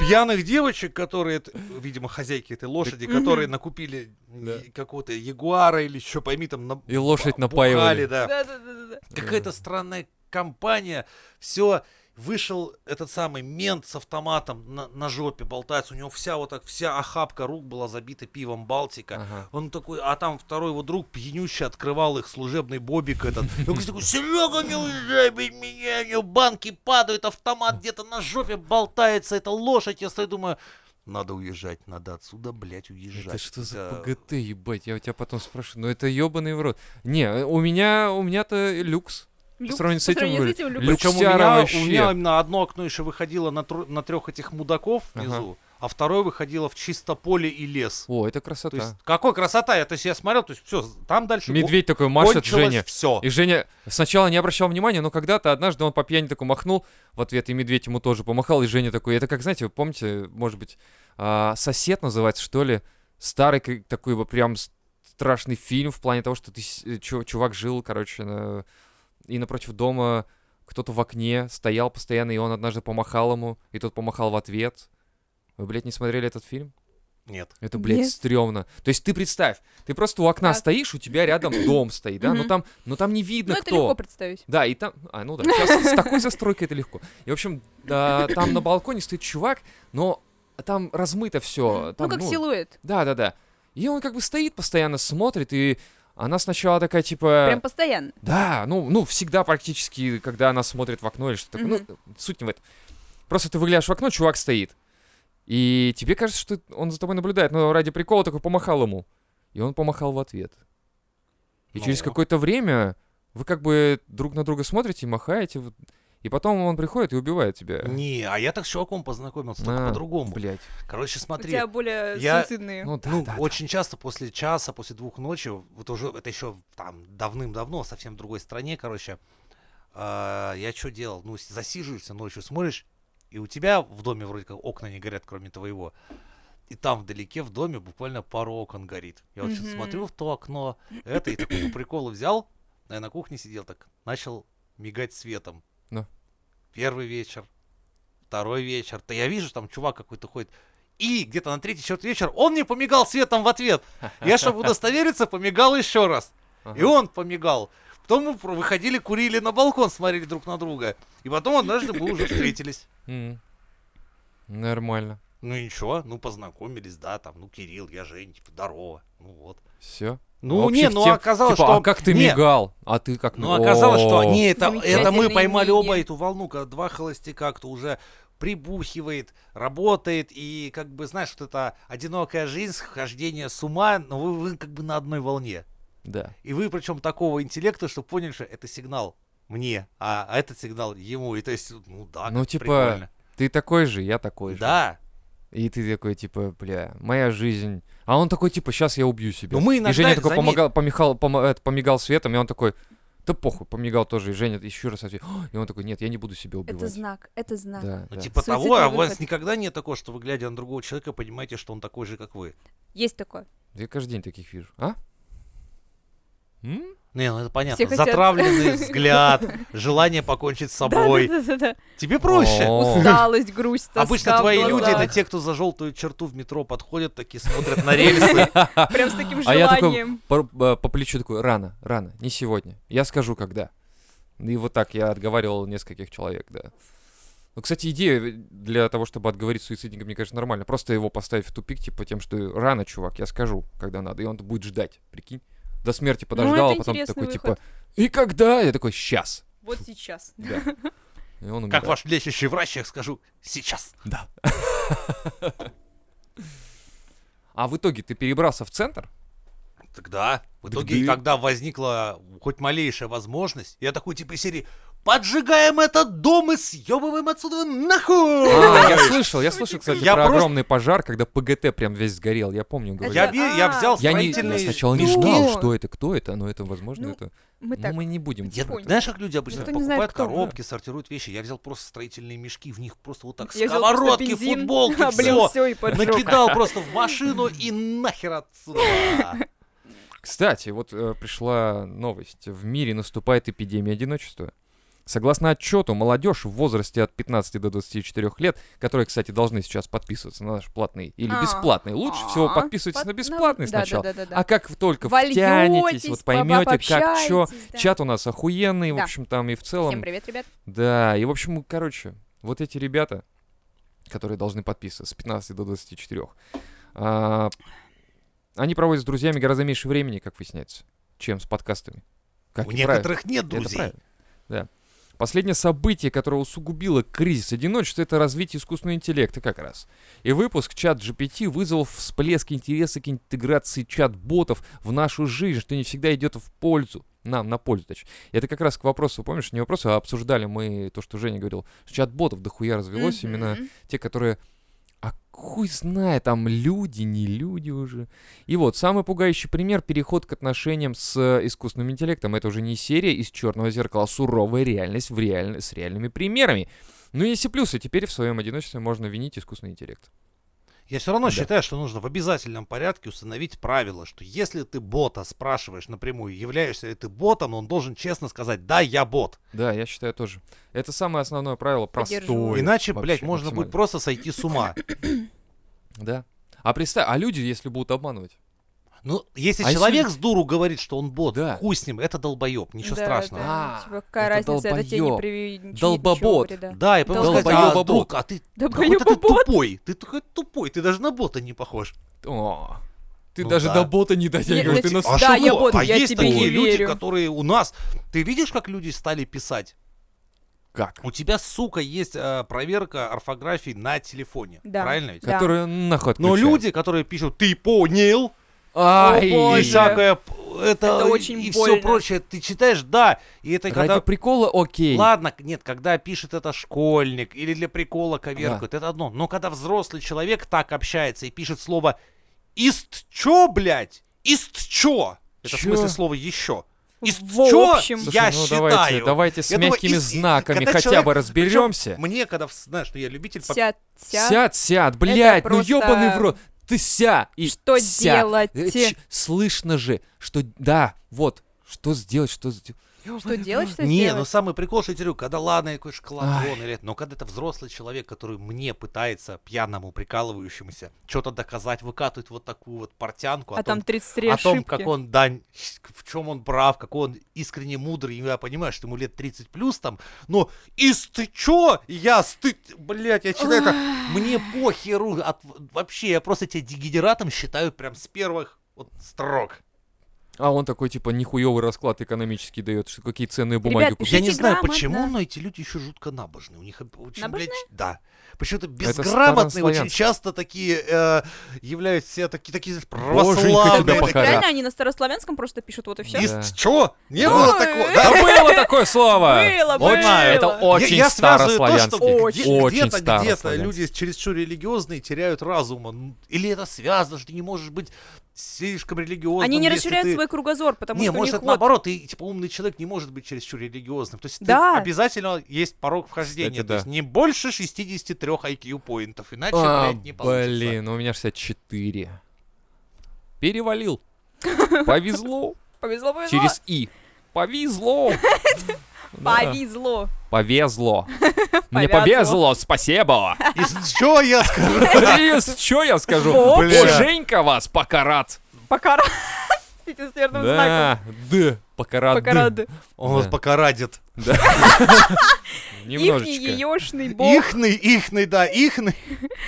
Пьяных девочек, которые, т- видимо, хозяйки этой лошади, которые накупили
Да.
и какого-то ягуара или что, пойми, там на-
И лошадь
бухали,
напаивали.
да.
Да-да-да-да.
Какая-то странная компания. Все, вышел этот самый мент с автоматом на, на жопе болтается. У него вся вот так, вся охапка рук была забита пивом Балтика.
Ага.
Он такой, а там второй его друг пьянющий открывал их служебный бобик этот. И он такой, Серега, не уезжай без меня, у него банки падают, автомат где-то на жопе болтается, это лошадь. Я стою, думаю, надо уезжать, надо отсюда, блядь, уезжать.
Это что за
Да.
ПГТ, ебать? Я у тебя потом спрошу. Ну это ебаный в рот. Не, у меня, у меня-то люкс.
Люкс.
сравнению с
По
этим,
сравнению
говорю,
с этим люкс.
люк-
Причем у
Люксяра
меня,
вообще.
у меня именно одно окно еще выходило на, тру- на трех этих мудаков
Ага.
внизу, а второе выходило в чисто поле и лес.
О, это
То есть,
красота.
какой красота! Я, то есть я смотрел, то есть все, там дальше
Медведь такой
о-
машет
кончилось
Женя.
все.
И Женя сначала не обращал внимания, но когда-то однажды он по пьяни такой махнул в ответ, и медведь ему тоже помахал, и Женя такой, это как, знаете, вы помните, может быть, а, сосед называется, что ли, старый к- такой вот прям с- страшный фильм в плане того, что ты, с- э, чу- чувак жил, короче, на- и напротив дома кто-то в окне стоял постоянно, и он однажды помахал ему, и тот помахал в ответ. Вы, блядь, не смотрели этот фильм?
Нет.
Это, блядь,
Нет.
стрёмно. То есть ты представь, ты просто у окна
Так.
стоишь, у тебя рядом дом стоит, да? Но
Мгм.
там, но там не
Ну
видно,
это
кто.
легко представить.
Да, и там... А, ну да, сейчас с такой застройкой это легко. И, в общем, да, там на балконе стоит чувак, но там размыто все.
Ну как силуэт.
Да-да-да. И он как бы стоит, постоянно смотрит, и она сначала такая, типа...
Прям постоянно.
Да, ну, ну, всегда практически, когда она смотрит в окно или что-то такое. Ну, суть не в этом. Просто ты выглядишь в окно, чувак стоит. И тебе кажется, что он за тобой наблюдает, но ради прикола такой помахал ему. И он помахал в ответ. И через
Ну.
какое-то время вы как бы друг на друга смотрите и махаете. вот. И потом он приходит и убивает тебя.
Не, а я так с чуваком познакомился, только
А,
по-другому.
Блять.
Короче,
У
смотри.
тебя более
я-
суицидные.
Ну да,
ну,
да, да.
очень часто после часа, после двух ночи, вот уже это еще там давным-давно, совсем в другой стране, короче, а, я что делал? Ну, с- засиживаешься ночью, смотришь, и у тебя в доме вроде как окна не горят, кроме твоего. И там вдалеке в доме буквально пару окон горит. Я вот сейчас
Мгм.
смотрю в то окно, это, и такой по приколу взял, а я на кухне сидел так, начал мигать светом.
Ну.
Первый вечер, второй вечер. Да я вижу, там чувак какой-то ходит. И где-то на третий, четвертый вечер он мне помигал светом в ответ. Я, чтобы удостовериться, помигал еще раз.
Ага.
И он помигал. Потом мы про- выходили, курили на балкон, смотрели друг на друга. И потом однажды мы уже встретились.
М. Нормально.
Ну и ничего, ну познакомились, да, там, ну Кирилл, я Жень, типа, здорово. Ну вот.
Все.
Ну,
А Вообще
не,
в
ну
тем-
оказалось,
типа,
что...
а как ты
не,
мигал? А ты как
Ну, оказалось, что
О.
не, это, это мы
Замечательные
поймали
мнения.
оба эту волну, когда два холостяка, кто уже прибухивает, работает, и как бы, знаешь, вот эта одинокая жизнь, схождение с ума, но вы, вы как бы на одной волне.
Да.
И вы причем такого интеллекта, что поняли, что это сигнал мне, а, а этот сигнал ему. И то есть, ну да,
Ну,
как
типа,
прикольно.
Ты такой же, я такой же.
Да.
И ты такой, типа, бля, моя жизнь. А он такой, типа, сейчас я убью себя.
Ну, мы
И
иногда,
Женя такой
заметь-
помогал, помехал, помо- это, помигал светом, и он такой, да похуй, помигал тоже. И Женя еще раз ответил. «О!» И он такой, нет, я не буду себя убивать.
Это знак, это знак.
Да,
Ну,
да.
типа
Суицидный
того, а у
выход.
вас никогда нет такого, что вы, глядя на другого человека, понимаете, что он такой же, как вы.
Есть такое.
Я каждый день таких вижу. А? М?
Не, ну это понятно.
Все хотят.
Затравленный взгляд, желание покончить с собой.
Да-да-да-да.
Тебе проще.
О.
Усталость, грусть, тоска
Обычно
в
твои люди
глазах.
это те, кто за желтую черту в метро подходят, такие смотрят на рельсы.
Прям с таким
А я такой
желанием.
по, э, по плечу такой, рано, рано, не сегодня. Я скажу, когда. И вот так я отговаривал нескольких человек, да. Ну, кстати, идея для того, чтобы отговорить суицидника, мне кажется, нормально. Просто его поставить в тупик, типа тем, что рано, чувак, я скажу, когда надо. И он будет ждать, прикинь. До смерти подождал, а
Ну, это
потом
интересный
такой,
выход.
типа, и когда? Я такой, сейчас.
Вот сейчас.
Да. И он
Как
умирает.
ваш лечащий врач, я скажу, сейчас.
Да. А в итоге ты перебрался в центр?
Тогда, в
Так
итоге,
да.
когда возникла хоть малейшая возможность, я такой типа из серии «Поджигаем этот дом и съебываем отсюда нахуй!»
А, я слышал, я слышал, кстати,
Я
про
просто-
огромный пожар, когда ПГТ прям весь сгорел, я помню, говорю.
Я, бе- я
А,
взял
Я не,
строительный...
я сначала не
Ну.
знал, что это, кто это, но это, возможно,
Ну,
это...
Мы
ну,
так.
мы не будем.
Я-
про это.
знаешь, как люди обычно
Никто не знает,
покупают
кто, да.
коробки, сортируют вещи. Я взял просто строительные мешки, в них просто вот так
Я взял просто
сковородки,
бензин, А,
футболки,
облил
все.
всё и поджег.
Накидал просто в машину и нахер отсюда.
Кстати, вот э, пришла новость. В мире наступает эпидемия одиночества. Согласно отчету, молодежь в возрасте от 15 до 24 лет, которые, кстати, должны сейчас подписываться на наш платный или
А.
бесплатный, лучше всего
А.
подписывайтесь
Под-
на бесплатный
да,
сначала.
Да, да, да, да.
А как вы только
Вольётесь,
втянетесь, вот
по-
поймете, как что.
пообщаетесь, да.
Чат у нас охуенный, в
Да.
общем, там и в
Всем
целом.
привет, ребят.
Да, и в общем, короче, вот эти ребята, которые должны подписываться с 15 до 24, а, они проводят с друзьями гораздо меньше времени, как выясняется, чем с подкастами. Как
У
и правильно.
некоторых нет
Это
друзей.
правильно. Да. Последнее событие, которое усугубило кризис одиночества, это развитие искусственного интеллекта как раз. И выпуск чат GPT вызвал всплеск интереса к интеграции чат-ботов в нашу жизнь, что не всегда идет в пользу. Нам, на пользу, точнее. Это как раз к вопросу, помнишь, не вопросу, а обсуждали мы то, что Женя говорил, что чат-ботов дохуя развелось, именно
Мгм.
те, которые... А хуй знает, там люди, не люди уже. И вот, самый пугающий пример — переход к отношениям с э, искусственным интеллектом. Это уже не серия из «Черного зеркала», а суровая реальность в реаль- с реальными примерами. Ну, есть и плюсы. Теперь в своем одиночестве можно винить искусственный интеллект.
Я все равно
Да.
считаю, что нужно в обязательном порядке установить правило, что если ты бота спрашиваешь напрямую, являешься ли ты ботом, он должен честно сказать «Да, я бот».
Да, я считаю тоже. Это самое основное правило
Поддерживаю.
простое.
Ой,
Иначе,
вообще,
блядь, можно будет
максимально.
просто сойти с ума.
Да. А представь, а люди, если будут обманывать?
Ну, если
А если-
человек с дуру говорит, что он бот,
Да.
хуй с ним, это долбоеб, ничего
Да,
страшного.
да,
А,
типа, какая
это
разница, это тебе не
долбоёб.
приведет ничего
Долбобот.
вреда.
Да, и потом сказать, а,
Долбоёба-бот.
друг, а ты какой-то ты
Долбоёбобот.
тупой, ты такой тупой, ты даже на бота не похож.
О, ты
Ну
даже
да.
до бота не дотягиваешь.
я
Ты
те-
на
а Да, я
что?
бот,
а
я
есть
тебе не
такие люди,
верю.
которые у нас... Ты видишь, как люди стали писать?
как?
У тебя, сука, есть э, проверка орфографии на телефоне.
Да.
Правильно ведь?
Да.
Которые нахуй
Но
отключают.
Ну, люди, которые пишут «ты понял»,
Ай,
и
боже.
всякое... п- Это,
Это очень
и
больно.
все прочее, ты читаешь, да, и это
Ради
когда...
прикола А окей.
Ладно, к- нет, когда пишет это школьник или для прикола коверкают, это одно. Но когда взрослый человек так общается и пишет слово «ист чё, блядь? Ист чё?» Это в
Чё?
смысле слова «еще». Ист
В
чё?
общем.
Слушай,
Я
ну
считаю.
давайте, давайте с
Я думаю,
мягкими
и с- и-
знаками
когда
хотя
человек-
бы
причём
разберемся.
Мне, когда, в- знаешь, ну я любитель... по-
Вся, вся-
Сядь, сядь, блядь, ну
просто-
ёбаный в рот. Ты ся и
Что
ся.
делать?
Э, ч- Слышно же, что да, вот, что сделать, что сделать.
Что делать, что
Не, ну
сделать?
самый прикол, что я тебе говорю, когда ладно, я какой-то шоколадон или это, но когда это взрослый человек, который мне пытается, пьяному, прикалывающемуся, что-то доказать, выкатывает вот такую вот портянку о
а
том,
там 33
о
ошибки.
том, как он, да, в чем он прав, какой он искренне мудрый, я понимаю, что ему лет 30 плюс там, но из ты чё, я сты... Блядь, я читаю это, мне похеру, от- вообще, я просто тебя дегенератом считаю прям с первых вот строк.
А он такой, типа, нихуевый расклад экономический дает, что какие ценные бумаги
Ребят,
купить.
Я не
Пишите
знаю,
грамотно.
почему, но эти люди еще жутко набожные. У них об- очень,
Набожные?
блядь, да. Почему-то безграмотные очень
старославянское.
часто такие э, являются себя такие, такие знаешь,
Боженька тебя
православные.
покарал.
такие.
Реально они на старославянском просто пишут вот и все.
Из-
Да.
Чего? Не
Да.
было такого.
Да
Да,
было такое слово!
Было,
Очень-
было.
Это
Я-
очень
я, я связываю то, что
старославянский.
где-
Очень
где-то, где-то
старославянский.
люди чересчур религиозные теряют разум. Н- Или это связано, что ты не можешь быть слишком религиозным.
Они не
если
расширяют
ты-
свой кругозор, потому
не,
что у них
может, это
вот...
наоборот, ты, типа, умный человек не может быть чересчур религиозным. То есть ты-
Да.
обязательно есть порог вхождения.
Кстати,
то есть
да.
не больше 63 IQ поинтов, иначе,
А,
блядь, не получится.
блин, у меня 64. Перевалил. Повезло.
Повезло, повезло.
Через И. Повезло. Да.
Повезло.
Повезло. Мне
Повязло.
повезло, спасибо.
Из чего я скажу?
Через что я скажу?
Во,
Боженька вас покарат.
Покара. С этим сверным знаком.
Да, да, покарат.
Покарады.
Он вас
Да.
покарадит.
Ихний
Немножечко.
еешный бог.
Ихный, ихный, да, ихный.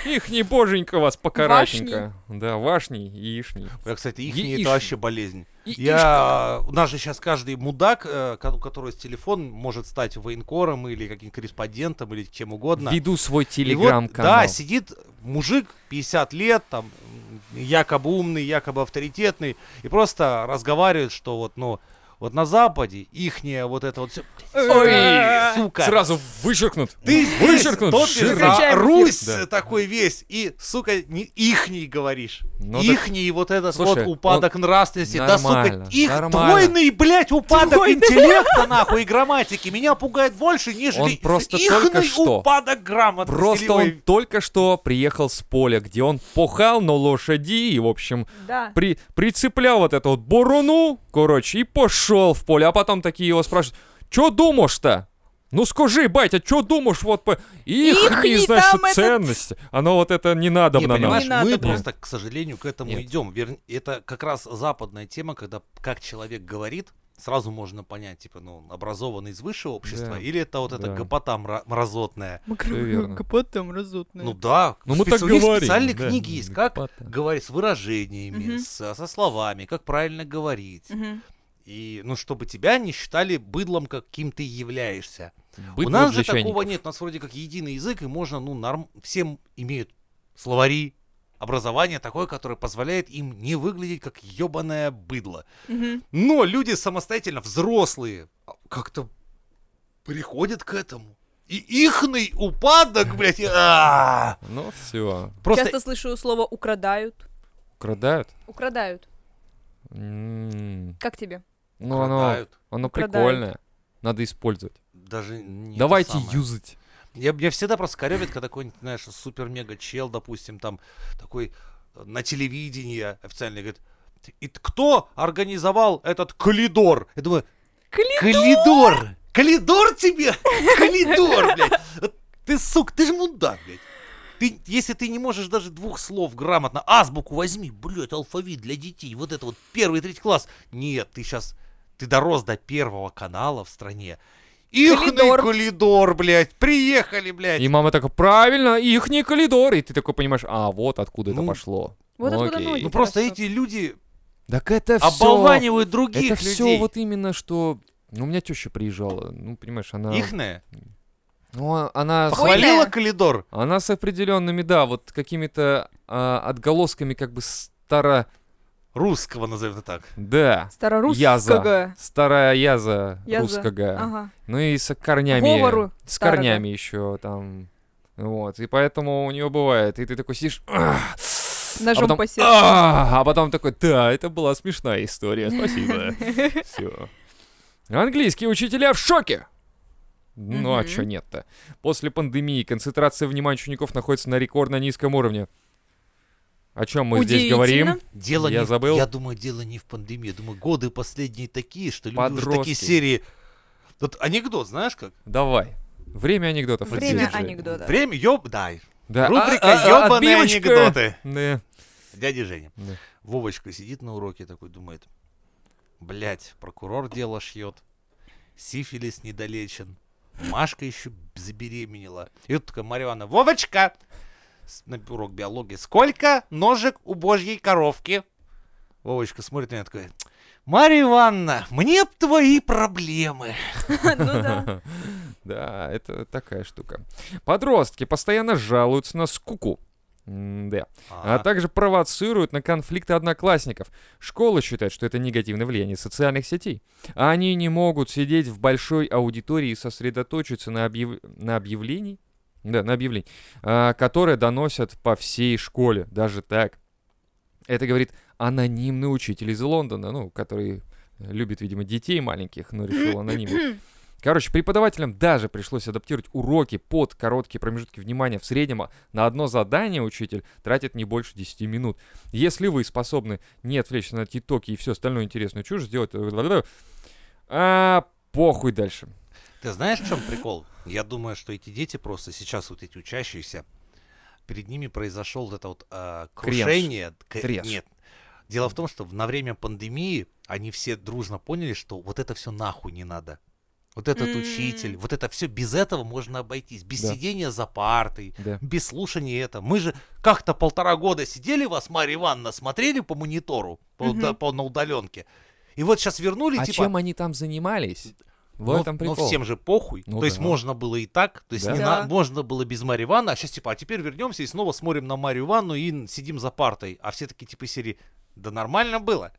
Их не боженька вас покаратенько. Да, вашний, яичный.
Я, Э, кстати,
Яичный.
ихний это вообще болезнь.
И-
Я... У нас же сейчас каждый мудак, э, ко- у которого есть телефон, может стать военкором или каким-то корреспондентом или чем угодно.
Веду свой
И вот, Да,
телеграм-канал.
сидит мужик 50 лет, там, м, якобы умный, якобы авторитетный, и просто разговаривает, что вот, ну, вот на Западе ихняя вот это вот все.
Ой,
Э,
сука.
Сразу вычеркнут.
Ты здесь
вычеркнут,
топишь
жирно.
за
Выключаем эфир.
Русь
Да.
такой весь, и, сука, не ихний говоришь.
Ну, так-
ихний вот этот
Слушай,
вот упадок нравственности. Да, сука,
Нормально,
их
нормально.
двойный, блядь, упадок
Двойный.
интеллекта, нахуй, и грамматики. Меня пугает больше, нежели
Он просто
ихный
только что-
упадок грамотности. или
Просто
вы-
он только что приехал с поля, где он пухал на лошади и, в общем,
Да.
при, прицеплял вот эту вот буруну, короче, и пошел в поле. А потом такие его спрашивают, чё думаешь-то? Ну скажи, батя, чё думаешь, вот по... Их,
Ихний
значит,
там этот-
ценность. Оно вот это не надо
Не,
на нам.
понимаешь,
Не надо
мы
было.
просто, к сожалению, к этому
Нет.
идем. Вер- Это как раз западная тема, когда как человек говорит, сразу можно понять, типа, ну, он образованный из высшего общества,
Да.
или это вот эта
Да.
гопота мра- мразотная.
Всё верно.
Потом разутная.
Ну да,
Ну мы так
специ- у них
говорим.
специальные
да.
книги есть, как
Гопота.
говорить с выражениями,
Мгм.
со, со словами, как правильно говорить.
Мгм.
И, ну, чтобы тебя не считали быдлом, каким ты являешься. у
Быдло
нас
для
же такого
чайников.
нет, у нас вроде как единый язык, и можно, ну, норм... всем имеют словари, образование такое, которое позволяет им не выглядеть как ебаное быдло.
Мгм.
Но люди самостоятельно, взрослые, а, как-то приходят к этому. И ихный упадок, блядь, а!
Ну все,
просто
Часто слышу слово «украдают».
крадают.
Украдают.
М,
Как тебе?
Ну оно,
крадают.
оно
Крадают.
прикольное. Надо использовать.
Даже не это
Давайте
самое.
юзать.
Я, меня всегда просто корёбит, когда какой-нибудь, знаешь, супер-мега-чел, допустим, там, такой э, на телевидении официально говорит, и т- кто организовал этот коридор? Я думаю, коридор! Коридор тебе! Коридор, блядь! Вот Ты, сука, ты же мудак, блядь! Ты, если ты не можешь даже двух слов грамотно, азбуку возьми, блядь, алфавит для детей, вот это вот первый и третий класс. Нет, ты сейчас, ты дорос до первого канала в стране. Ихный
Коридор.
коридор, блядь, приехали, блядь.
И мама такая, правильно, их не коридор. И ты такой понимаешь, а вот откуда это
Ну,
пошло.
вот
Ну,
откуда
окей.
ноги.
Ну просто
растут.
эти люди
Так это все...
оболванивают других
Это
людей.
все вот именно, что... Ну, у меня теща приезжала, ну, понимаешь, она...
Ихное.
Ну, а- она... с-
Похуй.
Похвалила коридор.
Она с определенными, да, вот какими-то а, отголосками как бы старо...
Русского назовем это так.
Да. Яза.
Старорусского.
Старая яза,
Яза.
русского.
Ага.
Ну и с корнями.
Говору
с
старого.
корнями еще там. Вот. И поэтому у нее бывает. И ты такой сидишь. «Ах,
Ножом
а потом,
по сердцу.
«А!» А потом такой, да, это была смешная история, спасибо. Все. Английские учителя в шоке. Ну а
Мгм.
чё нет-то? После пандемии концентрация внимания учеников находится на рекордно низком уровне. О чем мы здесь говорим?
Дело
Я
не в-
забыл.
Я думаю, дело не в пандемии. Я думаю, годы последние такие, что люди уже
Подростки.
такие серии. Вот анекдот, знаешь как?
Давай. Время анекдотов. вот
Время
здесь же.
анекдота.
Время ёб... Дай.
Да.
Рубрика
А, а, а,
«Ёбаные
отбивочка».
анекдоты».
Да.
Дядя Женя.
Да.
Вовочка сидит на уроке такой, думает. Блять, прокурор дело шьет. Сифилис недолечен. Машка еще забеременела. И тут такая Марианна. Вовочка! С- На урок биологии. Сколько ножек у божьей коровки? Вовочка смотрит на меня такой, Марья Ивановна, мне б твои проблемы.
Ну да.
Да, это такая штука. Подростки постоянно жалуются на скуку. Да. А также провоцируют на конфликты одноклассников. Школа считает, что это негативное влияние социальных сетей. А Они не могут сидеть в большой аудитории и сосредоточиться на, объяв- на объявлении, да, на объявлении, а, которые доносят по всей школе, даже так. Это говорит анонимный учитель из Лондона, ну, который любит, видимо, детей маленьких, но решил анонимно. Короче, преподавателям даже пришлось адаптировать уроки под короткие промежутки внимания. В среднем на одно задание учитель тратит не больше 10 минут. Если вы способны не отвлечься на титоки и все остальное интересную чушь, сделать... э, А, похуй дальше.
Ты знаешь, в чем прикол? Я думаю, что эти дети просто сейчас, вот эти учащиеся, перед ними произошел вот это вот а,
Кренж.
крушение. К-
Треш.
Нет. Дело в том, что в- на время пандемии они все дружно поняли, что вот это все нахуй не надо. Вот этот
М.
учитель, вот это все без этого можно обойтись. Без
Да.
сидения за партой,
Да.
без слушания это. Мы же как-то полтора года сидели вас, Марья Ивановна, смотрели по монитору, по,
Мгм.
уда- по- на удаленке. И вот сейчас вернули,
А
типа...
чем они там занимались? В
но,
этом
но
прикол.
всем же похуй.
Ну
то есть
да.
можно было и так. То есть
Да.
не на-
Да.
можно было без Марьи Ивановны, а сейчас типа, а теперь вернемся и снова смотрим на Марью Ивановну и н- сидим за партой. А все такие типа из серии, да нормально было.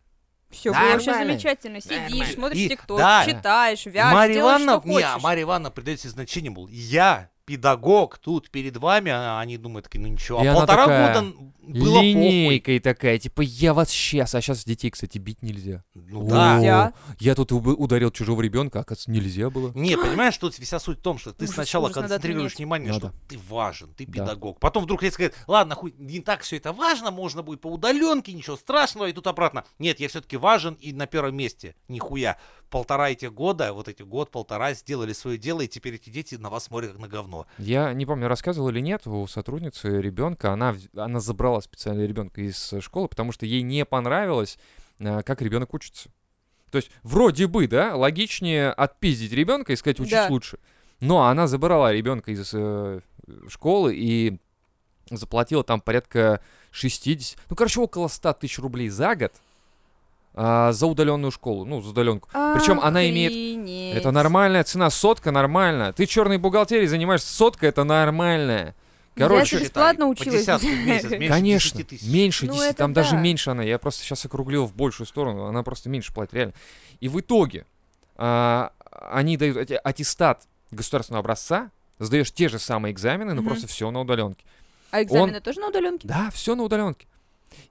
Все было вообще
Нормально.
замечательно. Сидишь,
Нормально.
смотришь
И-
тикток,
да.
читаешь,
И
вяжешь, делаешь, что
не, а
хочешь.
Марья Ивановна придается значение, мол, я педагог тут перед вами, а они думают, такие, ну ничего,
И
а
она
полтора
такая,
года н- было похуй.
Линейкой такая, типа, я вас сейчас, а сейчас детей, кстати, бить нельзя.
Ну
О,
да.
Нельзя.
Я тут уб- ударил чужого ребенка, а оказывается, нельзя было.
Не, понимаешь, тут вся суть в том, что ты
Ужас,
сначала
ужас, надо
концентрируешь
отменять.
внимание, что
Надо.
ты важен, ты
Ну Да.
педагог. Потом вдруг резко говорят, ладно, хуй, не так все это важно, можно будет по удаленке, ничего страшного, и тут обратно. Нет, я все-таки важен и на первом месте. Нихуя. Полтора этих года, вот эти год-полтора сделали свое дело, и теперь эти дети на вас смотрят как на говно.
Я не помню, рассказывал или нет, у сотрудницы ребенка, она, вз- она забрала специально ребенка из э, школы, потому что ей не понравилось, э, как ребенок учится. То есть, вроде бы, да, логичнее отпиздить ребенка и сказать, учись
Да.
лучше. Но она забрала ребенка из э, школы и заплатила там порядка 60, ну, короче, около 100 тысяч рублей за год а, за удаленную школу, ну, за удаленку. Причем она имеет
Охренеть.
это нормальная цена, сотка нормально. Ты черной бухгалтерией занимаешься, сотка это нормально.
это
Короче,
же- бесплатно
Считай,
училась.
По десятку в месяц, меньше
конечно,
10 тысяч.
меньше
Ну,
10,
это
там даже
да.
меньше она. Я просто сейчас округлил в большую сторону, она просто меньше платит, реально. И в итоге а, они дают ати- аттестат государственного образца, сдаешь те же самые экзамены, но
Мгм.
просто все на удаленке.
А экзамены тоже на удаленке?
Да, все на удаленке.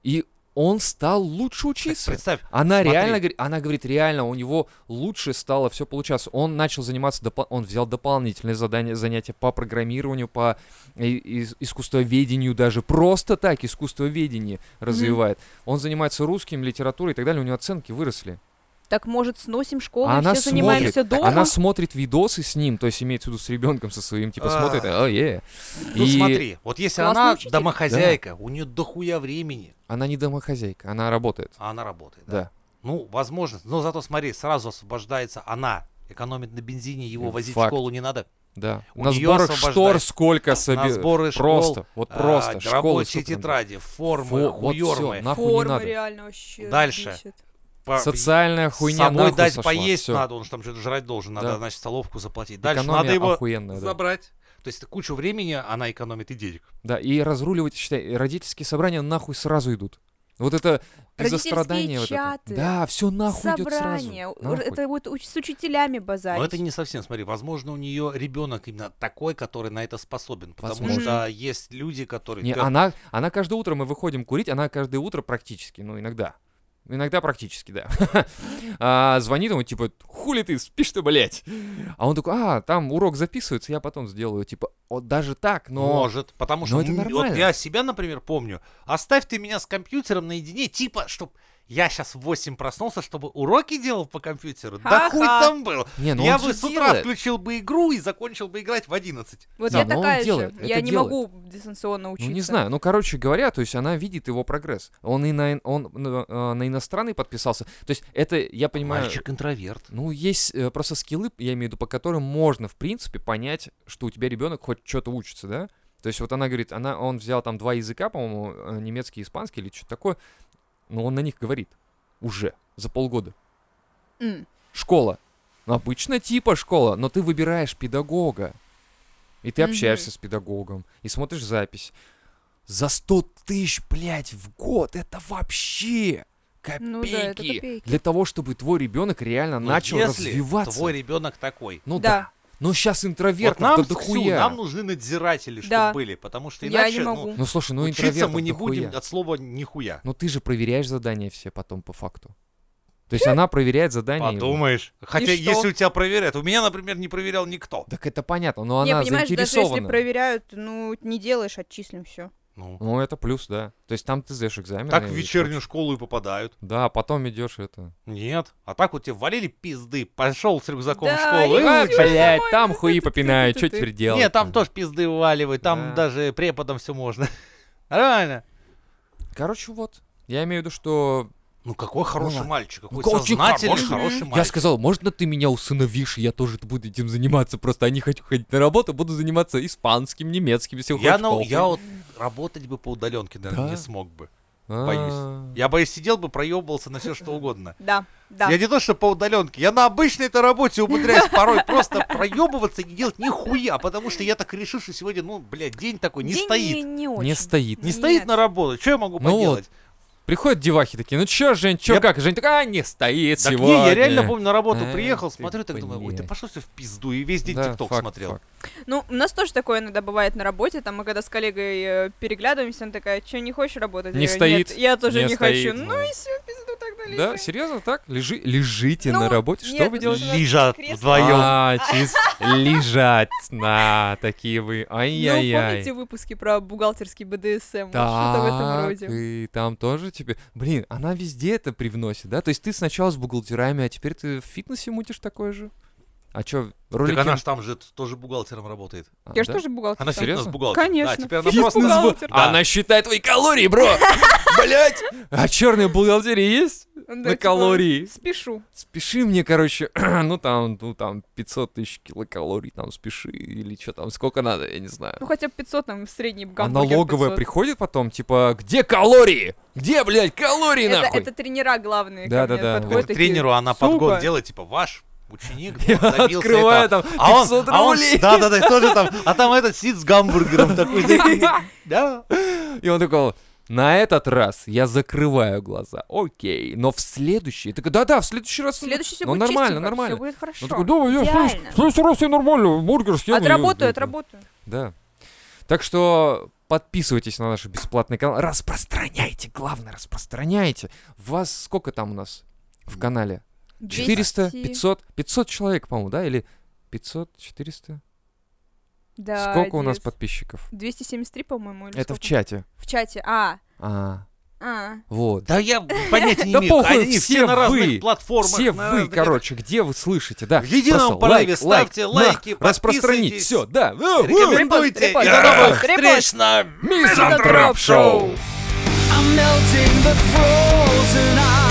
И он стал лучше
Так
учиться.
Представь,
Она
Смотри.
реально говорит, она говорит, реально, у него лучше стало все получаться. Он начал заниматься, допол- он взял дополнительные задания, занятия по программированию, по и- и- искусствоведению даже. Просто так искусствоведение развивает. Он занимается русским, литературой и так далее, у него оценки выросли.
Так, может, сносим школу,
А
и
она
все занимаемся дома?
Она смотрит видосы с ним, то есть имеет в виду с ребенком со своим, типа
А.
смотрит, о, е».
ну
И
смотри, вот если
Классный
она
учитель.
домохозяйка, у нее дохуя времени,
она не домохозяйка, она работает.
а она работает. да?
Да.
Ну, возможно. Но зато смотри, сразу освобождается она. Экономит на бензине, его
М,
возить
факт.
в школу не надо.
Да.
У
на
неё
сборах штор
освобождает-
сколько
на
собирают.
сборы школ,
Просто, вот
а,
просто. школы
рабочие
сколько там было?
тетради, формы,
Фу, вот всё,
хуёрмы,
нахуй не
Форма
надо.
реально вообще
Дальше.
бесит.
по-
Социальная
с
хуйня
собой
нахуй
дать
сошла.
поесть
Всё.
надо, он же там что-то жрать должен, надо,
Да.
значит, столовку заплатить. Дальше
Экономия
надо его
охуенная, да.
забрать. То есть кучу времени она экономит и денег.
Да, и разруливать, считай, родительские собрания нахуй сразу идут. Вот это из-за
Родительские
страдания. вот это.
чаты,
Да, все нахуй идет сразу.
Собрание. У-
Нахуй.
Это вот уч- с учителями базарить.
Но Ну, это не совсем, смотри, возможно, у нее ребенок именно такой, который на это способен. Потому
Возможно.
что есть люди, которые...
Не,
Да,
она, она каждое утро, мы выходим курить, она каждое утро практически, ну, иногда. Иногда практически, да. А, звонит ему, типа, хули ты, спишь-то, блядь? А он такой, а, там урок записывается, я потом сделаю, типа, «О, даже так, но...
Может, потому
но
что
это
м- вот
нормально.
я себя, например, помню. Оставь ты меня с компьютером наедине, типа, чтоб я сейчас в 8 проснулся, чтобы уроки делал по компьютеру. Да
Ха-ха.
хуй там был.
Не, ну
я
он же
бы с утра
делает.
включил бы игру и закончил бы играть в 11.
Вот
Да,
я
но он
такая
делает,
же.
это
Я не
делает.
могу дистанционно учиться.
Ну, не знаю. Ну, короче говоря, то есть она видит его прогресс. Он и на, ин- он, на- э, на иностранный подписался. То есть это, я понимаю...
А интроверт.
Ну, есть э, просто скиллы, я имею в виду, по которым можно, в принципе, понять, что у тебя ребенок хоть что-то учится, да? То есть вот она говорит, она, он взял там два языка, по-моему, э, немецкий, испанский или что-то такое, но он на них говорит. уже за полгода.
М.
Школа. Ну, обычно типа школа, но ты выбираешь педагога. И ты
Мгм.
общаешься с педагогом, и смотришь запись. За 100 тысяч, блядь, в год это вообще копейки.
Ну да, это копейки.
Для того, чтобы твой ребенок реально
Ну,
начал
если
развиваться.
твой ребенок такой.
Ну да.
Да.
Ну сейчас
Вот
интровертов
нам,
да
всю,
дохуя.
нам нужны надзиратели, чтобы
Да.
были, потому что
Я
иначе
не могу.
Ну слушай,
ну,
ну
учиться
интровертов
мы не
дохуя.
будем от слова нихуя.
Ну ты же проверяешь задания все потом по факту. То есть она проверяет задания. его.
Подумаешь. Хотя
что?
если у тебя проверяют, у меня, например, не проверял никто.
Так это понятно, но
Не,
она
понимаешь, даже если
заинтересована.
проверяют, ну, не делаешь, отчислим все.
Ну,
Ну это плюс, да. То есть там ты сдаешь экзамен.
так в вечернюю школу Ну, и попадают.
Да, потом идешь это.
Нет. А так вот тебе ввалили пизды, пошел с рюкзаком в
Да,
школу.
и
э,
всё.
блядь.
блядь,
нормально,
там
ты-
хуи
ты- ты-
попинают,
ты-
что
ты-
теперь делать?
Нет, там тоже пизды вываливают, там
Да.
даже преподом все можно. Нормально.
Короче, вот. Я имею в виду, что...
Ну какой хороший
ладно.
мальчик, какой
Ну, очень
сознательный,
хороший.
хороший
Я
мальчик.
сказал, можно ты меня усыновишь, и я тоже буду этим заниматься. Просто я не хочу ходить на работу, буду заниматься испанским, немецким, всем
Я,
хочешь,
на-
похуй».
я вот работать бы по удаленке, наверное,
Да.
не смог бы.
А.
боюсь. Я бы сидел бы, проебывался на все что угодно.
Да, да.
Я не то, что по удаленке, я на обычной-то работе умудряюсь порой просто проебываться и не делать нихуя, потому что я так решил, что сегодня, ну, блядь, день такой не
День
стоит.
Не,
Не
очень.
стоит.
Не стоит
Нет.
на работу, что я могу
Ну
поделать?
Приходят девахи такие, ну чё, Жень, чё,
Я-
как? Жень такая, а, не стоит
Так не,
сегодня.
я реально помню, на работу
Э,
приехал,
ты
смотрю, так думаю, ой, ты
понимаешь.
пошел все в пизду, и весь день
Да,
ТикТок
факт,
смотрел.
факт.
Ну, у нас тоже такое иногда бывает на работе, там мы когда с коллегой э, переглядываемся, она такая, что не хочешь работать? Я
Не
говорю,
стоит,
Нет, я тоже
не
не,
стоит,
хочу.
ну.
Ну, и все, пизду тогда лежи.
Да, серьезно, так? Лежи, лежите на
Ну,
работе, что
нет,
вы
ну,
делаете?
Лежат
Кресло.
вдвоем.
А, чиз, лежать, на, такие вы,
Ну, помните
ай-яй-яй.
выпуски про бухгалтерский БДСМ? Вот Что-то в этом
Так, э,
роде.
и там тоже тебе... Блин, она везде это привносит, да? То есть ты сначала с бухгалтерами, а теперь ты в фитнесе мутишь такое же? А чё, ролики...
Так она ж там же т- тоже бухгалтером работает.
А,
Я же
да?
тоже бухгалтер.
Она
там.
фитнес
Серьезно?
бухгалтер.
Конечно,
Да, теперь она
фитнес
просто...
бухгалтер.
Да.
Она считает твои калории, бро! Блять! А черные бухгалтерии есть?
Да,
На
типа,
калории.
Спешу.
Спеши мне, короче, ну там, ну там 500 тысяч килокалорий, там спеши или что там, сколько надо, я не знаю.
Ну, хотя бы 500 там в средний
А
гамбургер
налоговая
500.
приходит потом, типа, где калории? Где, блядь, калории
Это,
нахуй?
это тренера главные. ко
Да-да-да,
мне
вот.
подходят
К
такие,
тренеру она подгон
«Сука,
делает, типа, ваш ученик
Я
вот, добился этого.
открываю там 500
А он, а он,
рублей.
да, да, да, тоже там, а там этот сидит с гамбургером такой, да, да.
И он такой, на этот раз я закрываю глаза, окей, но в следующий... Так, да-да, в следующий раз...
В следующий все
ну,
будет
нормально,
чистенько,
нормально.
Все будет хорошо.
Он такой, да, я в
Идеально.
следующий- в следующий раз я нормально, бургер съем. и-
отработаю, отработаю.
Да. Так что подписывайтесь на наш бесплатный канал. Распространяйте, главное, распространяйте. Вас сколько там у нас в канале? 400,
200.
500, 500 человек, по-моему, да? Или 500, 400?
Да,
сколько у нас
девять-
подписчиков?
273, по-моему, или
Это в
сколько?
чате.
В чате, а.
А,
а.
вот.
Да я понятия не
Да
имею,
похуй,
они
все
все на разных
вы,
платформах.
Все
на
вы,
разных-
короче, где вы слышите, да?
В едином
Просто
порыве
лайк,
ставьте
лайк,
лайки,
нах, распространить,
подписывайтесь.
все, да.
Рекомендуйте.
Репост, репост,
Я
репост, репост.
встречно.
Мизантроп шоу.
I'm melting the frozen